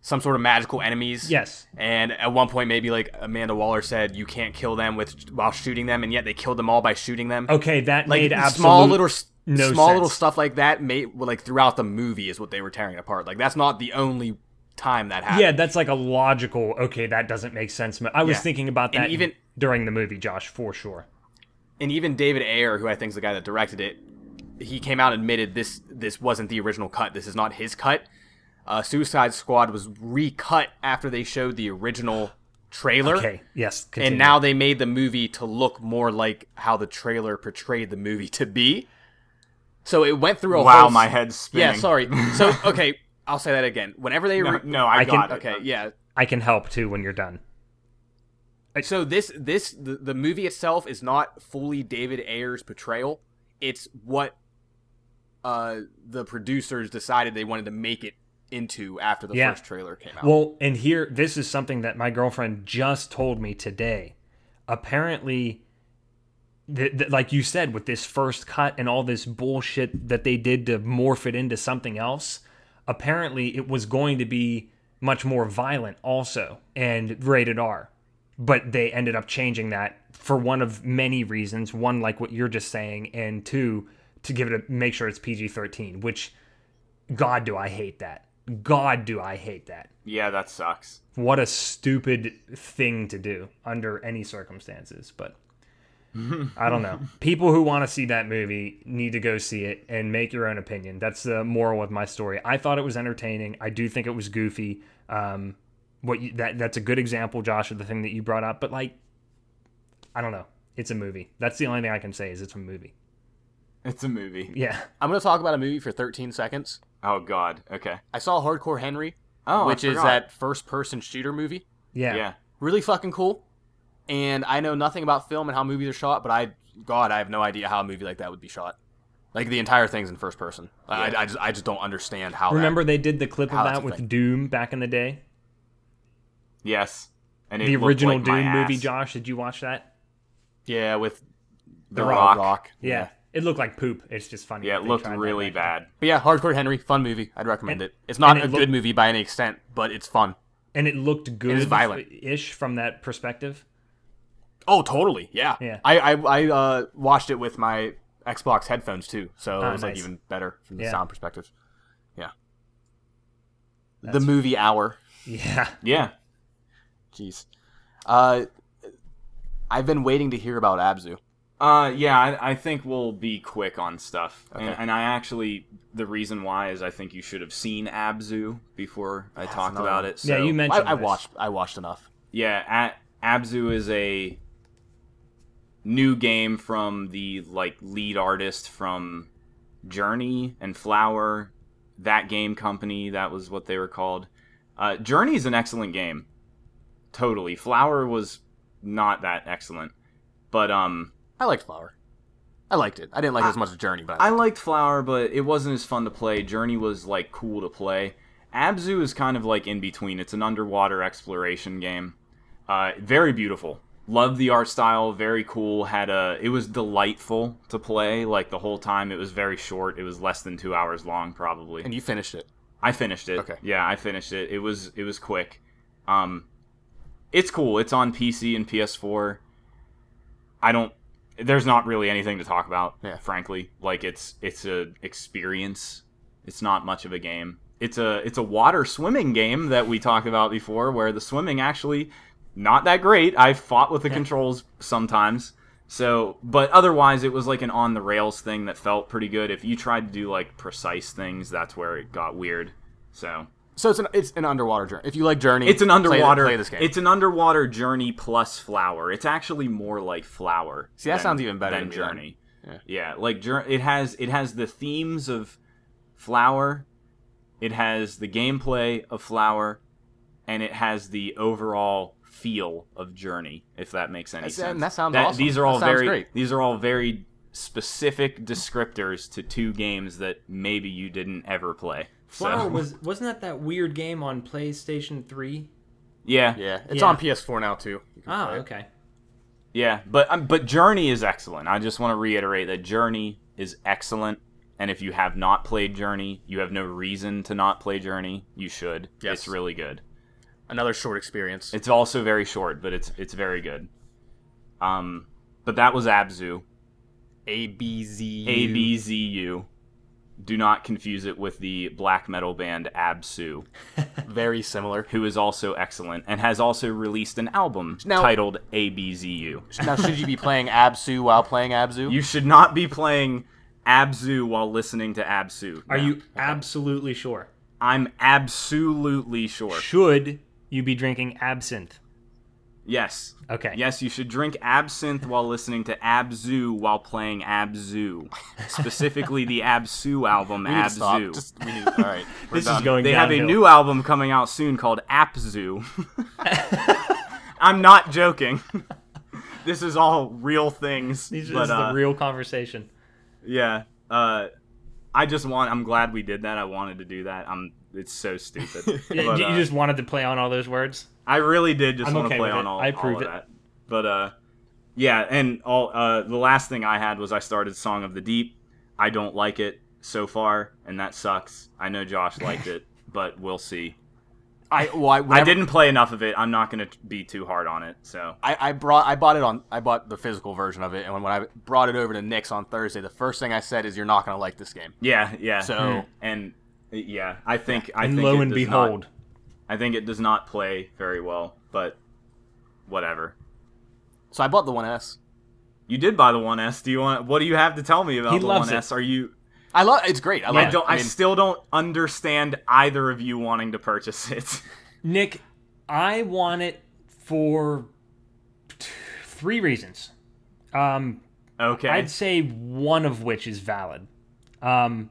S3: some sort of magical enemies.
S1: yes.
S3: And at one point maybe like Amanda Waller said you can't kill them with while shooting them, and yet they killed them all by shooting them.
S1: Okay, that
S3: Like
S1: Oh, made absolute
S3: small little s-
S1: no
S3: small little
S1: sense.
S3: stuff like that made well, like throughout the movie is what they were tearing apart. Like that's not the only time that happened.
S1: Yeah, that's like a logical. Okay, that doesn't make sense. I was
S3: Yeah.
S1: thinking about
S3: And
S1: that even
S3: even-
S1: during the movie, Josh, for sure.
S3: and even David Ayer, who I think is the guy that directed it, he came out and admitted this this wasn't the original cut. This is not his cut. Uh, Suicide Squad was recut after they showed the original trailer,
S1: Okay. Yes.
S3: and
S1: continue.
S3: now they made the movie to look more like how the trailer portrayed the movie to be. So it went through a
S2: wow,
S3: whole
S2: my head's spinning.
S3: yeah. Sorry. So okay, I'll say that again. Whenever they
S2: No,
S3: re-
S2: no, I,
S1: I can-
S2: got it.
S3: okay, yeah.
S1: I can help too when you're done.
S3: So this this the, the movie itself is not fully David Ayer's portrayal. It's what uh the producers decided they wanted to make it into after the
S1: Yeah.
S3: first trailer came out.
S1: Well, and here, this is something that my girlfriend just told me today. Apparently, th- th- like you said, with this first cut and all this bullshit that they did to morph it into something else, apparently it was going to be much more violent also and rated R. But they ended up changing that for one of many reasons. One, like what you're just saying, and two, to give it a make sure it's PG 13, which God, do I hate that. God, do I hate that
S2: Yeah, that sucks.
S1: what a stupid thing to do under any circumstances but i don't know people who want to see that movie need to go see it and make your own opinion that's the moral of my story i thought it was entertaining i do think it was goofy um what you, that that's a good example josh of the thing that you brought up but like i don't know it's a movie that's the only thing i can say is it's a movie
S2: It's a movie.
S1: yeah
S3: I'm going to talk about a movie for 13 seconds.
S2: Oh God. Okay.
S3: I saw Hardcore Henry,
S2: Oh, I
S3: which is
S2: forgot.
S3: that first person shooter movie.
S1: yeah,
S2: Yeah.
S3: Really fucking cool. And I know nothing about film and how movies are shot, but I god, I have no idea how a movie like that would be shot. Like the entire thing's in first person. I,
S2: Yeah.
S3: I, just I just don't understand how that-
S1: remember they did the clip of
S3: Oh, that's
S1: that
S3: a
S1: with
S3: thing.
S1: doom back in the day
S2: Yes. And it
S1: the
S2: looked
S1: original
S2: like my
S1: doom movie
S2: ass.
S1: josh did you watch that
S3: Yeah, with
S2: The
S3: uh,
S2: Rock.
S1: Yeah. It looked like poop. It's just funny.
S2: Yeah,
S1: that
S2: it
S1: they
S2: looked
S1: tried that
S2: really
S1: back
S2: bad.
S3: But yeah, Hardcore Henry, fun movie. I'd recommend it. It's not
S1: and it
S3: a good movie by any extent, but it's fun.
S1: then. And it looked good.
S3: is violent.
S1: ish from that perspective.
S3: Oh, totally. Yeah.
S1: Yeah.
S3: I I, I uh, watched it with my Xbox headphones too, so
S1: Ah,
S3: it was like
S1: nice.
S3: even better from the
S1: Yeah.
S3: sound perspective. Yeah. the movie hour.
S1: Yeah.
S2: Yeah.
S3: Jeez. Uh, I've been waiting to hear about Abzu.
S2: Uh, yeah, I, I think we'll be quick on stuff. And,
S3: Okay.
S2: and I actually, the reason why is I think you should have seen Abzu before I talked
S3: another
S2: about
S3: one.
S2: it. So,
S1: Yeah, you
S3: I,
S1: mentioned
S3: I
S1: this.
S3: watched. I watched enough.
S2: Yeah, a- Abzu is a new game from the like lead artist from Journey and Flower, that game company. That was what they were called. Uh, Journey is an excellent game, totally. Flower was not that excellent, but um.
S3: I liked Flower. I liked it. I didn't like it as much as Journey, but
S2: I liked Flower, but it wasn't as fun to play. Journey was like cool to play. Abzu is kind of like in between. It's an underwater exploration game. Uh, very beautiful. Love the art style, very cool. Had a it was delightful to play like the whole time. It was very short. It was less than 2 hours long probably.
S3: And you finished it.
S2: I finished it.
S3: Okay.
S2: Yeah, I finished it. It was it was quick. Um it's cool. It's on PC and PS4. I don't there's not really anything to talk about,
S3: Yeah.
S2: frankly. Like it's it's a experience. It's not much of a game. It's a it's a water swimming game that we talked about before where the swimming actually not that great. I fought with the controls sometimes. So, but otherwise, it was like an on the rails thing that felt pretty good. If you tried to do like precise things, that's where it got weird. So
S3: So it's an it's an underwater journey. If you like Journey,
S2: it's an
S3: play-
S2: underwater.
S3: Play, this game.
S2: It's an underwater journey plus flower. It's actually more like flower.
S3: See, that sounds even better
S2: than
S3: to me then.
S2: journey. Yeah. like Jour- it has it has the themes of flower. It has the gameplay of flower, and it has the overall feel of journey. If that makes any
S3: That's-
S2: sense.
S3: and that sounds awesome.
S2: These are all
S3: That sounds
S2: very
S3: great.
S2: these are all very specific descriptors to two games that maybe you didn't ever play. So-
S4: Flower was wasn't that that weird game on PlayStation Three?
S2: yeah,
S3: yeah, it's
S4: Yeah.
S3: on PS4 now too. You can
S4: Ah,
S3: play it.
S4: okay.
S2: Yeah, but um, but Journey is excellent. I just want to reiterate that Journey is excellent, and if you have not played Journey, you have no reason to not play Journey. You should.
S3: Yes.
S2: It's really good.
S3: Another short experience.
S2: It's also very short, but it's it's very good. Um, but that was Abzu.
S3: A B Z
S2: A B Z U. Do not confuse it with the black metal band Absu,
S3: Very similar.
S2: who is also excellent and has also released an album
S3: Now-
S2: titled A B Z U.
S3: Now, should you be playing Absu while playing Absu?
S2: You should not be playing Abzu while listening to Absu.
S4: Are you absolutely sure?
S2: I'm absolutely sure.
S1: Should you be drinking absinthe?
S2: Yes.
S1: Okay.
S2: Yes, you should drink absinthe while listening to Abzu while playing Abzu. Specifically the Absu album
S3: we need to stop.
S2: Abzu.
S3: Just, we need, all right, we're
S1: This is
S3: done.
S1: going
S2: They have a
S1: downhill.
S2: new album coming out soon called Apzu. I'm not joking. this is all real things.
S1: These
S2: but,
S1: this is
S2: uh,
S1: the real conversation.
S2: Yeah. Uh, I just want. I'm glad we did that. I wanted to do that. I'm. It's so stupid.
S1: Yeah,
S2: But,
S1: you
S2: uh,
S1: you just wanted to play on all those words.
S2: I really did just
S1: I'm
S2: want
S1: okay
S2: to play
S1: with
S2: on
S1: it.
S2: all.
S1: I
S2: I
S1: approve
S2: approve
S1: it.
S2: that. But uh, yeah, and all. Uh, the last thing I had was I started Song of the Deep. I don't like it so far, and that sucks. I know Josh liked it, but we'll see.
S3: I well, I,
S2: I
S3: whenever-
S2: didn't play enough of it. I'm not gonna t- be too hard on it. So
S3: I, I brought I bought it on I bought the physical version of it and when, when I brought it over to Nick's on Thursday the first thing I said is you're not gonna like this game
S2: yeah, yeah. Hmm.
S3: so
S2: and yeah, I think I
S1: And
S2: think
S1: lo
S2: it
S1: and
S2: does not-
S1: behold,
S2: I think it does not play very well, but whatever.
S3: so I bought the One S
S2: You did buy the 1S. Do you want? What do you have to tell me about
S1: He
S2: the
S1: loves
S2: 1S? Are you?
S3: I love it's great I love
S2: I
S3: it.
S2: don't. I,
S3: mean,
S2: still don't understand either of you wanting to purchase it.
S1: Nick, I want it for t- three reasons. Um,
S2: okay.
S1: I'd say one of which is valid. Um,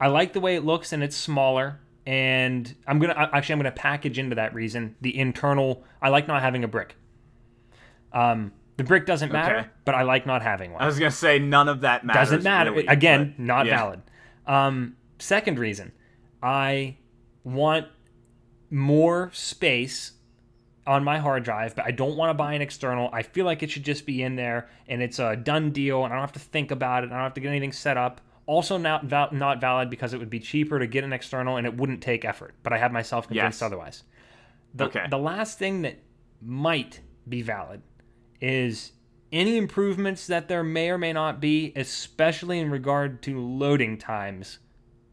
S1: I like the way it looks and it's smaller. And I'm gonna I- actually I'm gonna package into that reason the internal. I like not having a brick. Um, the brick doesn't matter,
S2: Okay.
S1: but I like not having one.
S2: I was gonna say none of that matters.
S1: doesn't matter.
S2: really,
S1: Again,
S2: but-
S1: not
S2: yeah.
S1: valid. Um, second reason, I want more space on my hard drive, but I don't want to buy an external. I feel like it should just be in there, and it's a done deal, and I don't have to think about it. and I don't have to get anything set up. Also, not val- not valid because it would be cheaper to get an external, and it wouldn't take effort. But I have myself convinced
S2: Yes.
S1: otherwise. The,
S2: Okay.
S1: the last thing that might be valid is any improvements that there may or may not be, especially in regard to loading times.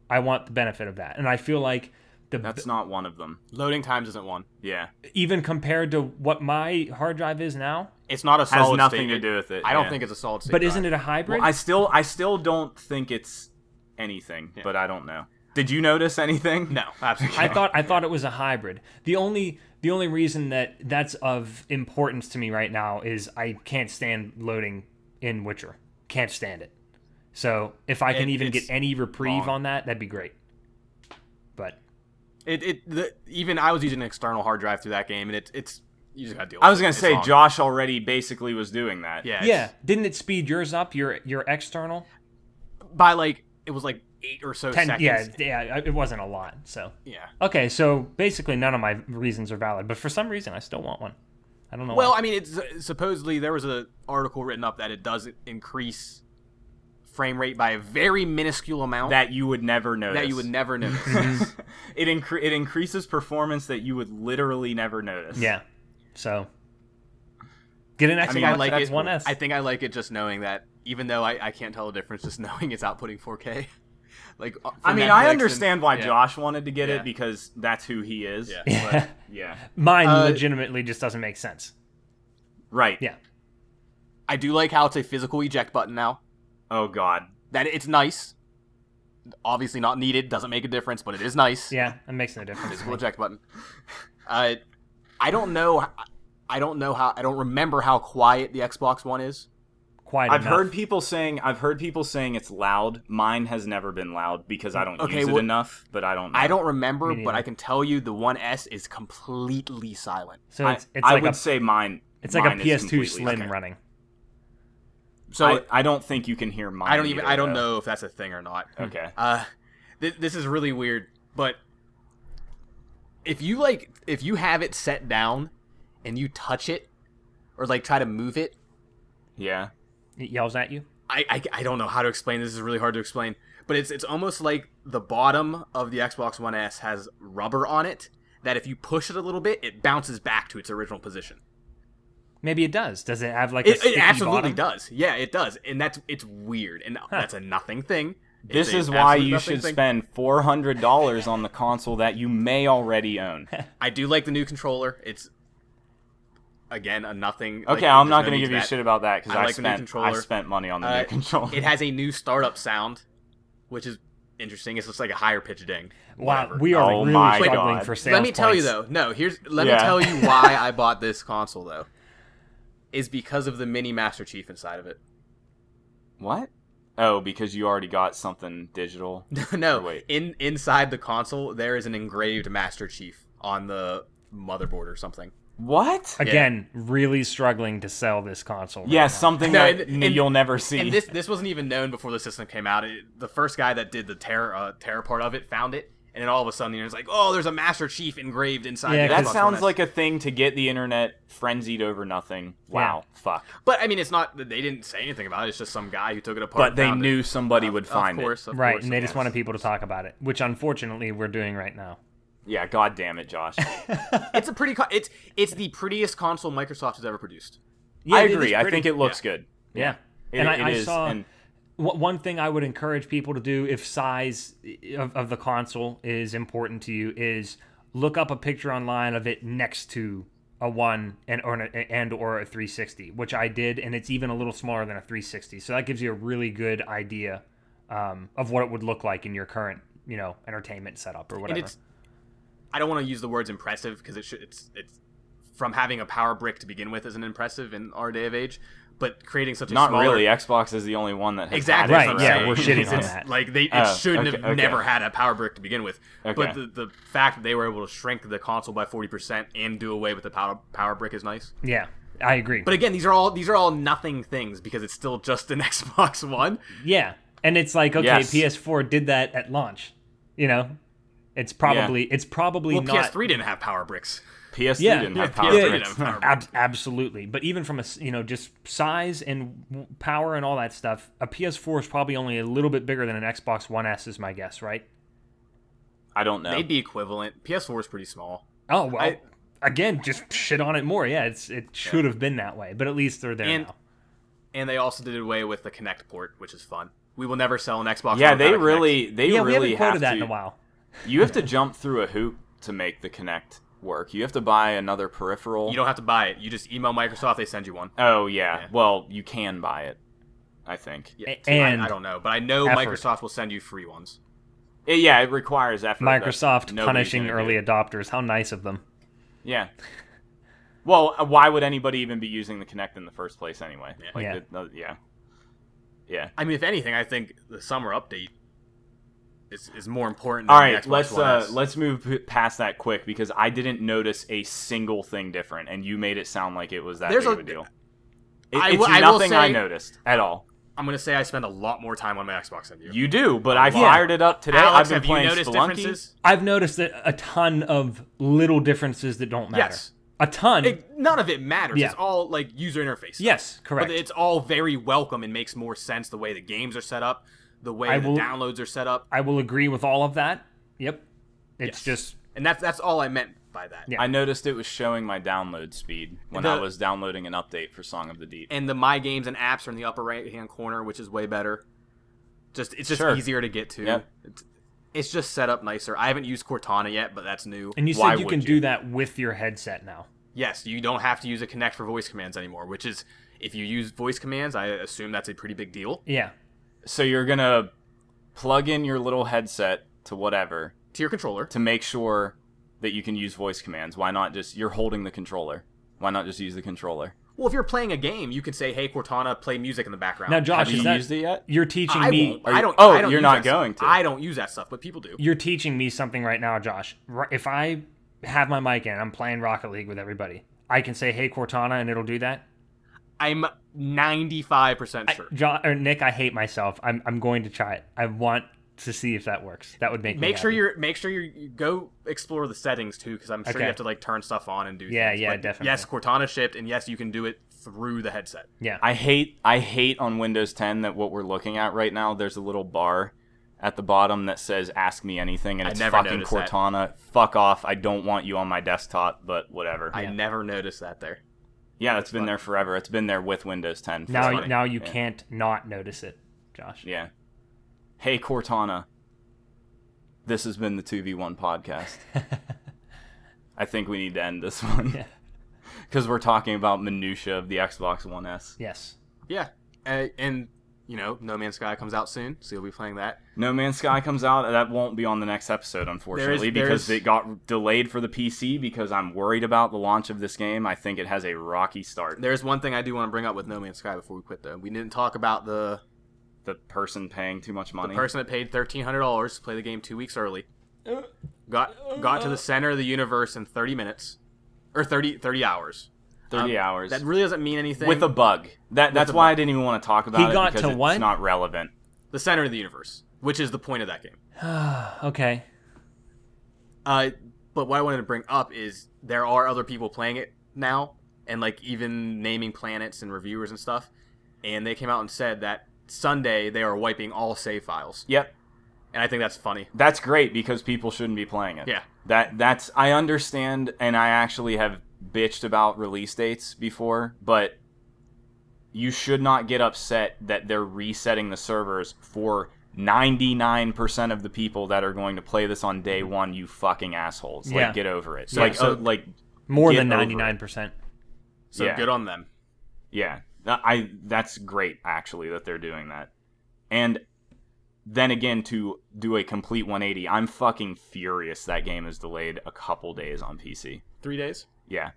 S1: I want the benefit of that, and I feel like the
S2: That's not one of them.
S3: loading times isn't one
S2: Yeah.
S1: even compared to what my hard drive is now.
S3: it's not a
S2: Has
S3: solid
S2: nothing
S3: state.
S2: to do with it.
S3: I don't
S2: yeah.
S3: think it's a solid state
S1: But isn't
S3: drive.
S1: it a hybrid?
S2: Well, I still, I still don't think it's anything. But I don't know. Did you notice anything?
S3: no absolutely
S1: I
S3: not.
S1: thought I thought it was a hybrid. The only the only reason that that's of importance to me right now is I can't stand loading in Witcher. Can't stand it. So if I can
S3: It-
S1: even get
S3: it's
S1: any reprieve
S3: long.
S1: on that, that'd be great. But
S3: it, it the, even I was using an external hard drive through that game and it, it's you just gotta deal with
S2: I was
S3: it.
S2: gonna
S3: It's
S2: say
S3: long.
S2: Josh already basically was doing that.
S3: yeah it's-
S1: yeah, didn't it speed yours up? Your your external?
S3: by like it was like eight or so
S1: Ten,
S3: Oh, seconds
S1: yeah, yeah. It wasn't a lot. So
S3: yeah
S1: okay, so basically none of my reasons are valid. But for some reason, I still want one. I don't know.
S3: Well,
S1: why.
S3: I mean, it's supposedly there was an article written up that it does increase frame rate by a very minuscule amount that,
S2: that you would never notice.
S3: you would never notice.
S2: it incre- it increases performance that you would literally never notice.
S1: yeah. So get an Xbox.
S3: I think I
S2: much-
S3: like
S1: that's
S3: it.
S1: one S.
S3: I think I like it just knowing that, even though I, I can't tell the difference, just knowing it's outputting 4K. like, uh, for
S2: I mean,
S3: Netflix
S2: I
S3: and-
S2: understand why
S3: yeah.
S2: Josh wanted to get
S3: Yeah.
S2: it because that's who he is.
S3: Yeah.
S1: Yeah.
S2: But, yeah.
S1: Mine
S3: uh,
S1: legitimately just doesn't make sense.
S2: Right.
S1: Yeah.
S3: I do like how it's a physical eject button now.
S2: Oh God.
S3: That it's nice. Obviously not needed. Doesn't make a difference, but it is nice.
S1: Yeah. It makes no difference.
S3: Physical eject button. Uh, I don't know. I don't know how. I don't remember how quiet the Xbox One is.
S1: Quite
S2: I've
S1: enough.
S2: heard people saying I've heard people saying it's loud. Mine has never been loud because I don't
S3: Okay,
S2: use
S3: well-
S2: it enough. But I don't. Know.
S3: I don't remember,
S1: Me
S3: but I
S1: neither.
S3: can tell you the One S is completely silent.
S1: So it's, it's
S2: I,
S1: like
S2: would
S1: a
S2: say mine.
S1: it's like a
S2: mine is
S1: PS2
S2: completely-
S1: Slim
S2: okay.
S1: running.
S3: So I,
S2: I, I don't think you can hear mine.
S3: don't even.
S2: either,
S3: I don't
S2: though.
S3: know if that's a thing or not.
S1: Hmm.
S2: Okay.
S3: Uh, th- this is really weird, but if you like, if you have it set down and you touch it or like try to move it,
S2: Yeah.
S1: It yells at you.
S3: I, I, I don't know how to explain. This is really hard to explain, but it's it's almost like the bottom of the Xbox One S has rubber on it that if you push it a little bit, it bounces back to its original position.
S1: Maybe it does. Does it have like a
S3: It, it
S1: sticky
S3: absolutely
S1: bottom?
S3: does. Yeah, it does, and that's it's weird, and that's a nothing thing.
S2: This
S3: It's a
S2: is why
S3: absolute
S2: you
S3: nothing
S2: should
S3: thing.
S2: spend four hundred dollars on the console that you may already own.
S3: I do like the new controller. It's again a nothing. like,
S2: Okay, I'm
S3: there's
S2: not
S3: no
S2: gonna
S3: need
S2: give
S3: to
S2: you
S3: that.
S2: shit about that because
S3: I
S2: I,
S3: like the new
S2: spent I
S3: controller.
S2: spent money on the
S3: Uh,
S2: new controller.
S3: It has a new startup sound, which is interesting. It's just like a higher pitch ding.
S1: Wow,
S3: Whatever.
S1: we are
S2: Oh
S1: really
S2: my
S1: struggling
S2: God.
S1: for sales.
S3: let me tell you
S1: points.
S3: though. No, here's let
S2: Yeah.
S3: me tell you why I bought this console though. Is because of the mini Master Chief inside of it.
S2: what? Oh, because you already got something digital.
S3: no,
S2: Wait.
S3: in inside the console there is an engraved Master Chief on the motherboard or something.
S2: What?
S1: Again, really struggling to sell this console. right
S2: Yeah,
S1: now.
S2: something
S3: No,
S2: that
S3: and- and-
S2: you'll never see.
S3: And this this wasn't even known before the system came out. It, the first guy that did the tear uh, tear part of it found it, and then all of a sudden it's like, oh, there's a Master Chief engraved inside.
S1: Yeah,
S3: the
S2: that
S3: Xbox One
S2: sounds
S3: S.
S2: like a thing to get the internet frenzied over nothing. Wow, fuck.
S3: But I mean, it's not. They didn't say anything about it. It's just some guy who took it apart.
S2: But they
S3: found it.
S2: knew somebody would find
S3: of course, Of
S1: right,
S3: course,
S1: and they
S3: of
S1: just
S3: course.
S1: wanted people to talk about it, which unfortunately we're doing right now.
S2: it. Yeah, god damn it, Josh.
S3: It's a pretty. Co- it's it's the prettiest console Microsoft has ever produced.
S2: I
S1: it is
S2: agree. I
S1: pretty.
S2: think it looks good.
S1: Yeah,
S2: It,
S1: and I,
S2: it
S1: I
S2: is,
S1: saw
S2: and-
S1: one one thing I would encourage people to do if size of, of the console is important to you is look up a picture online of it next to a one and or an, and or a 360, which I did, and it's even a little smaller than a 360. So that gives you a really good idea um, of what it would look like in your current you know entertainment setup or
S3: And
S1: whatever.
S3: it's. I don't want to use the words impressive because it should. It's it's from having a power brick to begin with isn't impressive in our day of age, but creating such a
S2: not
S3: smaller-
S2: really. Xbox is the only one that has
S3: Exactly.
S1: Right,
S3: that's what I'm
S1: yeah,
S3: saying.
S1: we're shitting
S3: It's-
S1: on
S3: it's
S1: that.
S3: Like they, it
S2: Oh,
S3: shouldn't
S2: okay,
S3: have
S2: okay.
S3: never had a power brick to begin with.
S2: Okay.
S3: But the, the fact that they were able to shrink the console by forty percent and do away with the power power brick is nice.
S1: yeah, I agree.
S3: But again, these are all these are all nothing things because it's still just an Xbox One.
S1: Yeah. And it's like, okay,
S2: Yes.
S1: PS4 did that at launch. You know? It's probably it's probably
S3: Well,
S1: not
S3: PS3 didn't have power bricks.
S2: PS3
S1: Yeah,
S2: didn't
S1: yeah,
S2: have power
S1: yeah,
S2: bricks.
S3: didn't have power bricks.
S1: ab- absolutely. But even from a, s- you know, just size and w- power and all that stuff, a PS4 is probably only a little bit bigger than an Xbox One S is my guess, right?
S2: I don't know.
S3: They'd be equivalent. PS4 is pretty small.
S1: Oh, well.
S3: I-
S1: again, just shit on it more. Yeah, it's it should have been that way, but at least they're there
S3: And-
S1: now.
S3: And they also did away with the Connect port, which is fun. We will never sell an Xbox.
S2: yeah,
S3: One without
S2: they
S3: a Kinect.
S2: really, they
S1: Yeah, we
S2: really
S1: haven't quoted
S2: have
S1: that
S2: to.
S1: in a while.
S2: You have to jump through a hoop to make the Connect work. You have to buy another peripheral.
S3: You don't have to buy it. You just email Microsoft. They send you one.
S2: oh yeah.
S3: Yeah.
S2: Well, you can buy it. I think.
S3: Yeah,
S1: A-
S3: I-
S1: and
S3: I, don't know, but I know
S1: effort.
S3: Microsoft will send you free ones.
S2: It- yeah, it requires effort. but
S1: Microsoft
S2: nobody's
S1: punishing
S2: gonna do
S1: early
S2: it.
S1: adopters. How nice of them.
S2: Yeah. Well, uh, why would anybody even be using the Connect in the first place anyway? Like,
S1: Yeah.
S2: it- uh, yeah. Yeah.
S3: I mean, if anything, I think the summer update is, is more important. Than
S2: All
S3: the
S2: right,
S3: Xbox
S2: let's
S3: One
S2: uh,
S3: S.
S2: let's move p- past that quick because I didn't notice a single thing different, and you made it sound like it was that
S3: There's
S2: big
S3: a-
S2: of a deal. It,
S3: I
S2: it's
S3: will- I will
S2: nothing I
S3: say-
S2: noticed at all.
S3: I'm gonna say I spend a lot more time on my Xbox than you.
S2: You do, but I fired it up today. I've
S3: Alex,
S2: been
S3: have you
S2: playing
S3: noticed
S2: Spelunky.
S3: differences?
S1: I've noticed that a ton of little differences that don't matter.
S3: Yes,
S1: a ton.
S3: It, none of it matters.
S1: Yeah.
S3: It's all like user interface.
S1: yes, correct.
S3: But it's all very welcome and makes more sense the way the games are set up, the way
S1: I
S3: the
S1: will-
S3: downloads are set up.
S1: I will agree with all of that. Yep. It's
S3: Yes.
S1: just
S3: And that's that's all I meant by that.
S1: Yeah.
S2: I noticed it was showing my download speed when I
S3: The-
S2: was downloading an update for Song of the Deep.
S3: And the my games and apps are in the upper right hand corner, which is way better. Just it's just
S2: Sure.
S3: easier to get to.
S2: Yep.
S3: It's, it's just set up nicer. I haven't used Cortana yet, but that's new.
S1: and you
S2: Why
S1: said you
S2: would
S1: can
S2: you?
S1: do that with your headset now.
S3: yes, you don't have to use a Connect for voice commands anymore, which is if you use voice commands, I assume that's a pretty big deal
S1: Yeah.
S2: So you're gonna plug in your little headset to whatever
S3: to your controller.
S2: to make sure that you can use voice commands. Why not just you're holding the controller? Why not just use the controller?
S3: Well, if you're playing a game, you can say, "Hey Cortana, play music in the background."
S1: Now, Josh,
S2: Have you
S1: is that,
S2: used it yet?
S1: You're teaching
S3: I
S1: me.
S3: won't.
S2: Are you-
S3: I don't.
S2: oh,
S3: I don't
S2: you're
S3: use
S2: not
S3: that
S2: going
S3: stuff.
S2: to.
S3: I don't use that stuff, but people do.
S1: You're teaching me something right now, Josh. R- If I have my mic in, I'm playing Rocket League with everybody. I can say, "Hey Cortana," and it'll do that.
S3: I'm 95% sure.
S1: John or Nick, I hate myself. I'm I'm going to try it. I want to see if that works. That would make me
S3: make sure
S1: happy.
S3: you're make sure you're- you go explore the settings too cuz I'm sure
S1: Okay.
S3: you have to like turn stuff on and do
S1: Yeah,
S3: things.
S1: yeah,
S3: But
S1: definitely.
S3: Yes, Cortana shipped and yes, you can do it through the headset.
S1: Yeah.
S2: I hate I hate on Windows 10 that what we're looking at right now. There's a little bar at the bottom that says "Ask me anything," and
S3: I
S2: it's
S3: never
S2: fucking
S3: noticed that.
S2: Cortana. Fuck off! I don't want you on my desktop, but whatever.
S3: I never noticed that there.
S2: yeah, that's been there forever. It's been there with Windows 10. for
S1: now
S2: me.
S1: now you
S2: Yeah.
S1: can't not notice it, Josh.
S2: Yeah. Hey Cortana. This has been the 2v1 podcast. I think we need to end this one. Because we're talking about minutia of the Xbox One S.
S1: Yes.
S3: Yeah. Uh, and you know, No Man's Sky comes out soon, so you'll be playing that.
S2: No Man's Sky comes out. That won't be on the next episode, unfortunately,
S3: there
S2: because
S3: is-
S2: it got delayed for the PC. Because I'm worried about the launch of this game. I think it has a rocky start.
S3: There's one thing I do want to bring up with No Man's Sky before we quit though. We didn't talk about the
S2: The person paying too much money.
S3: person that paid $1300 to play the game 2 weeks early. Got got to the center of the universe in 30 minutes or 30 30 hours.
S2: Thirty hours
S3: That really doesn't mean anything.
S2: with a bug. That that's
S3: a
S2: why I didn't even want to talk about
S1: He
S2: it
S1: got
S2: because
S1: to
S2: it's
S1: what?
S2: not relevant.
S3: the center of the universe, which is the point of that game.
S1: Okay.
S3: Uh, but what I wanted to bring up is there are other people playing it now, and like even naming planets and reviewers and stuff, and they came out and said that Sunday they are wiping all save files,
S2: Yep,
S3: and I think that's funny.
S2: that's great because people shouldn't be playing it.
S3: Yeah.
S2: That that's I understand and I actually have bitched about release dates before, but you should not get upset that they're resetting the servers for 99% of the people that are going to play this on day 1, you fucking assholes.
S1: Mm-hmm. Yeah.
S2: Like get over it.
S1: Yeah.
S2: like
S1: So-
S2: uh, like
S1: More
S2: Get
S1: than
S2: over it.
S1: ninety nine percent.
S3: So
S2: Yeah.
S3: good on them.
S2: Yeah, that- I that's great actually that they're doing that. And then again to do a complete 180, I'm fucking furious that game is delayed a couple days on PC.
S3: Three days.
S2: Yeah.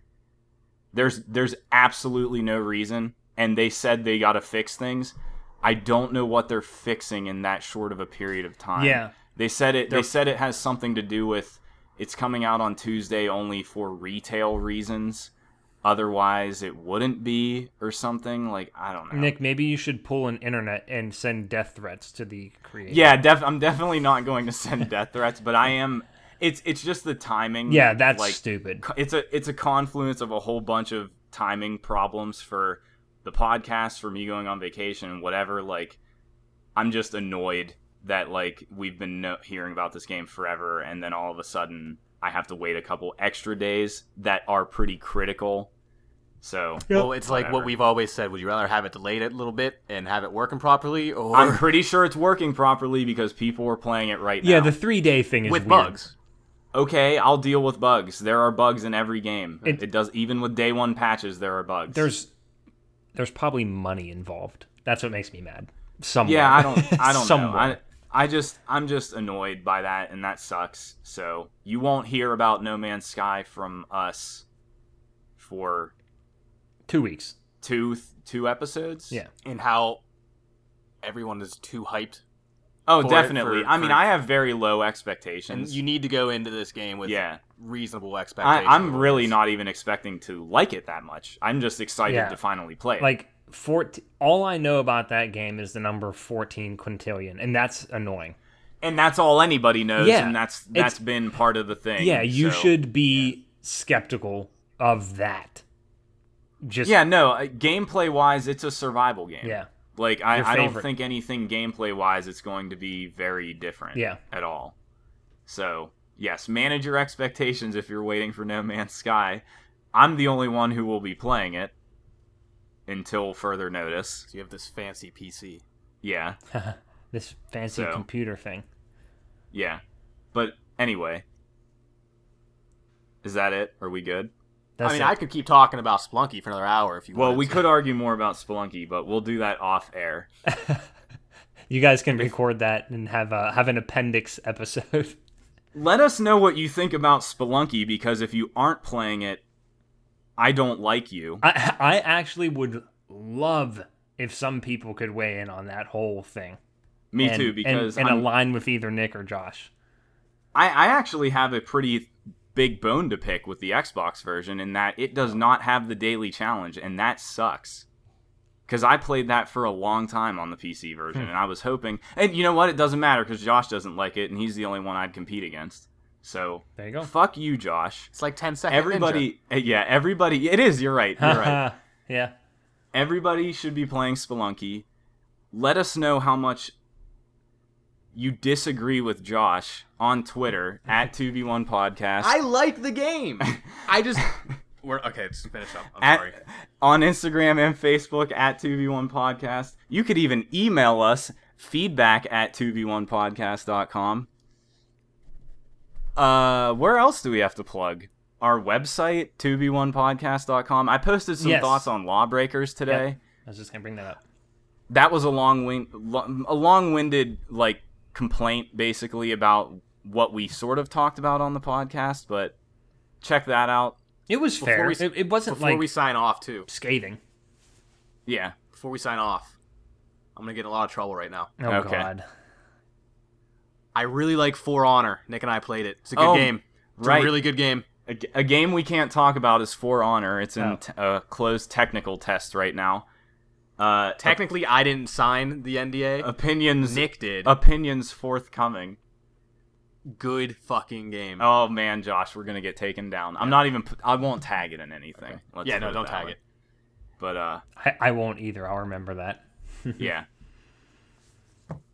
S2: There's there's absolutely no reason and they said they got to fix things. I don't know what they're fixing in that short of a period of time.
S1: Yeah.
S2: They said it they said it has something to do with it's coming out on Tuesday only for retail reasons. Otherwise, it wouldn't be or something like I don't know.
S1: Nick, maybe you should pull an internet and send death threats to the creator.
S2: Yeah, def- I'm definitely not going to send death threats, but I am. It's it's just the timing.
S1: Yeah, that's
S2: um, like
S1: stupid.
S2: co- it's a it's a confluence of a whole bunch of timing problems for the podcast, for me going on vacation, whatever. Like, I'm just annoyed that like we've been no- hearing about this game forever, and then all of a sudden I have to wait a couple extra days that are pretty critical. So
S3: Well, it's like
S2: Whatever.
S3: what we've always said. Would you rather have it delayed a little bit and have it working properly, or
S2: I'm pretty sure it's working properly because people are playing it right now.
S1: Yeah, the three day thing is
S3: with
S1: weird.
S3: bugs?
S2: okay, I'll deal with bugs. There are bugs in every game.
S1: It-
S2: It, does even with day one patches, there are bugs.
S1: There's there's probably money involved. That's what makes me mad. Somewhere.
S2: yeah, I don't, I don't know. I,
S1: Somewhere.
S2: I just, I'm just annoyed by that, and that sucks. So you won't hear about No Man's Sky from us for
S1: Two weeks.
S2: two two episodes.
S1: Yeah.
S3: And how everyone is too hyped,
S2: Oh,
S3: For it-
S2: definitely.
S3: for-
S2: I mean,
S3: for-
S2: I have very low
S3: and
S2: expectations.
S3: you need to go into this game with
S2: yeah.
S3: reasonable
S2: I,
S3: expectations.
S2: I'm really not even expecting to like it that much. I'm just excited
S1: Yeah.
S2: to finally play it.
S1: Like four. All I know about that game is the number fourteen quintillion, and that's annoying.
S2: and that's all anybody knows,
S1: Yeah.
S2: and that's
S1: It's-
S2: that's been part of the thing.
S1: Yeah, you
S2: so-
S1: should be skeptical of that. Just
S2: Yeah, no. uh, Gameplay wise, it's a survival game.
S1: yeah.
S2: Like I,
S1: Your
S2: I don't
S1: favorite.
S2: think anything gameplay wise it's going to be very different.
S1: Yeah.
S2: At all. So yes, manage your expectations if you're waiting for No Man's Sky. I'm the only one who will be playing it until further notice.
S3: So you have this fancy PC.
S2: Yeah.
S1: this fancy
S2: So.
S1: computer thing.
S2: Yeah. But anyway. Is that it? Are we good?
S1: That's
S3: I mean,
S1: it.
S3: I could keep talking about Splunky for another hour if you
S2: Well,
S3: wanted
S2: we
S3: to.
S2: could argue more about Spelunky, but we'll do that off air.
S1: you guys can record that and have a, have an appendix episode.
S2: Let us know what you think about Spelunky because if you aren't playing it, I don't like you.
S1: I I actually would love if some people could weigh in on that whole thing.
S2: Me
S1: and,
S2: too,
S1: and-
S2: because
S1: and,
S2: I'm-
S1: align with either Nick or Josh.
S2: I, I actually have a pretty big bone to pick with the Xbox version in that it does not have the daily challenge, and that sucks. Because I played that for a long time on the PC version,
S1: Hmm.
S2: and I was hoping. And you know what? It doesn't matter because Josh doesn't like it, and he's the only one I'd compete against. So,
S1: There you go.
S2: fuck you, Josh.
S3: It's like 10 seconds.
S2: Everybody, eh, yeah, everybody. It is. You're right. You're right.
S1: yeah.
S2: everybody should be playing Spelunky. Let us know how much you disagree with Josh on Twitter at 2v1 podcast.
S3: I like the game. I just. We're okay. Just finish up. I'm
S2: at,
S3: sorry.
S2: on Instagram and Facebook at 2v1 podcast. You could even email us feedback at 2v1podcast.com. Uh, where else do we have to plug? Our website, 2v1podcast.com. I posted some
S1: Yes.
S2: thoughts on Lawbreakers today.
S1: I was just gonna bring that up.
S2: that was a long win- lo- a long-winded like complaint basically about what we sort of talked about on the podcast but check that out
S1: It was
S3: Before
S1: fair.
S3: we-
S1: it, it wasn't
S3: Before
S1: like
S3: we sign off, too.
S1: scathing.
S2: yeah
S3: Before we sign off, I'm going to get in a lot of trouble right now.
S1: Oh
S2: Okay.
S1: god.
S3: I really like For Honor. Nick and I played it. It's a good
S2: Oh,
S3: game. It's
S2: right.
S3: a really good game.
S2: a, g- a game we can't talk about is for honor it's in
S1: Oh.
S2: t- a closed technical test right now uh
S3: Technically, I didn't sign the NDA.
S2: opinions
S3: Nick did.
S2: opinions forthcoming
S3: good fucking game.
S2: oh man josh we're gonna get taken down i'm not even p- i won't tag it in anything Let's
S3: yeah,
S2: put
S3: no, don't
S2: that
S3: tag
S2: way.
S3: it.
S2: but uh
S1: I, I won't either. I'll remember that.
S2: yeah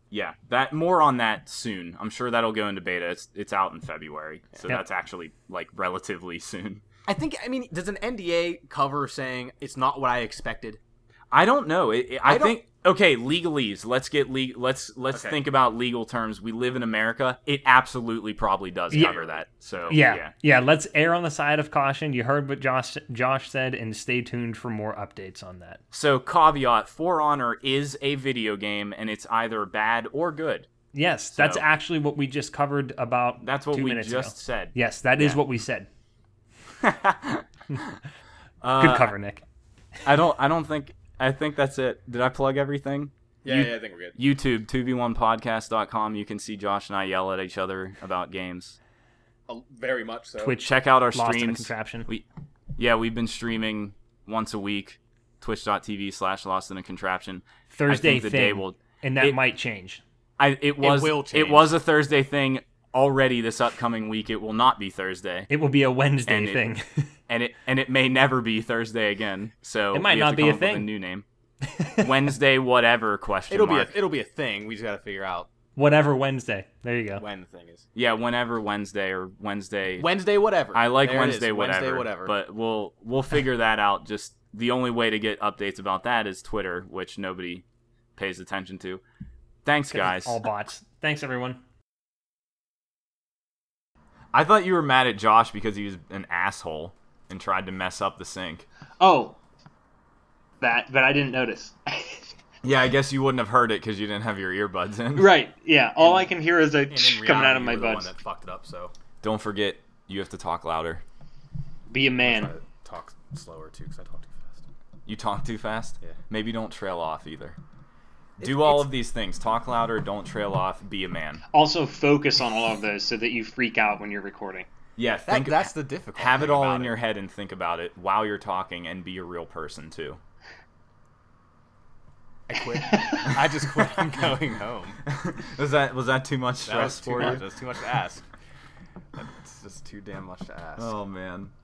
S2: yeah that more on that soon i'm sure that'll go into beta it's it's out in february so
S1: Yeah.
S2: that's actually like relatively soon
S3: I think, I mean, does an NDA cover saying it's not what I expected?
S2: i don't know it, it- i,
S3: I don't-
S2: think okay legalese let's get le- let's let's
S3: Okay.
S2: think about legal terms we live in america it absolutely probably does
S1: Yeah.
S2: cover that so
S1: Yeah. yeah. let's err on the side of caution. You heard what Josh Josh said and stay tuned for more updates on that.
S2: so caveat for honor is a video game and it's either bad or good
S1: Yes, that's
S2: So-
S1: actually what we just covered about
S2: that's what
S1: two
S2: we
S1: minutes
S2: just
S1: ago.
S2: said
S1: Yes, that is
S2: Yeah.
S1: what we said.
S2: Uh,
S1: Good cover, Nick.
S2: i don't i don't think i think that's it did i plug everything
S3: Yeah,
S2: You-
S3: yeah, I think we're good.
S2: YouTube, 2v1podcast.com. You can see Josh and I yell at each other about games.
S3: Uh, very much so.
S1: Twitch
S2: Check out our
S1: lost in a
S2: streams.
S1: contraption.
S2: We, yeah, we've been streaming once a week. Twitch.tv slash Lost in a Contraption. I
S1: Thursday
S2: think the
S1: thing,
S2: day will.
S1: and that
S2: it-
S1: might change.
S2: I, it was.
S3: will change.
S2: was a Thursday thing already. This upcoming week, it will not be Thursday,
S1: It will be a Wednesday
S2: And it-
S1: thing.
S2: and it and it may never be Thursday again. So
S1: It might
S2: we have
S1: not
S2: to
S1: be
S2: come
S1: a
S2: up with
S1: thing.
S2: new name. Wednesday, whatever question
S3: It'll
S2: mark.
S3: be a, it'll be a thing. We just got to figure out
S1: Whatever Wednesday. There you go.
S3: when the thing is.
S2: yeah, whenever Wednesday or Wednesday.
S3: Wednesday, whatever.
S2: I like
S3: There it is,
S2: Wednesday whatever,
S3: Wednesday, whatever.
S2: But we'll we'll figure that out. Just the only way to get updates about that is Twitter, which nobody pays attention to. Thanks, guys.
S1: All bots. Thanks, everyone.
S2: I thought you were mad at Josh because he was an asshole and tried to mess up the sync.
S5: Oh, that, but I didn't notice.
S2: Yeah, I guess you wouldn't have heard it because you didn't have your earbuds in.
S5: right, yeah. All I can hear is a
S3: and in reality,
S5: coming out of my
S3: you were the one
S5: butt.
S3: that fucked it up. So
S2: Don't forget, you have to talk louder.
S5: Be a man.
S3: try to talk slower too, because I talk too fast.
S2: You talk too fast.
S3: Yeah.
S2: Maybe don't trail off either. Do all of these things. Talk louder, don't trail off, be a man.
S3: Oh,
S5: Also, focus on all of those so that you freak out when you're recording.
S2: Yeah,
S3: That,
S2: think
S3: that's the difficult.
S2: have it
S3: thing
S2: all
S3: about
S2: in your head and think about it while you're talking and be a real person too.
S3: I quit. I just quit. I'm going home.
S2: was that was that too much
S3: That was
S2: stress
S3: too
S2: for
S3: much.
S2: you?
S3: That's too much to ask. That's just too damn much to ask.
S2: Oh man.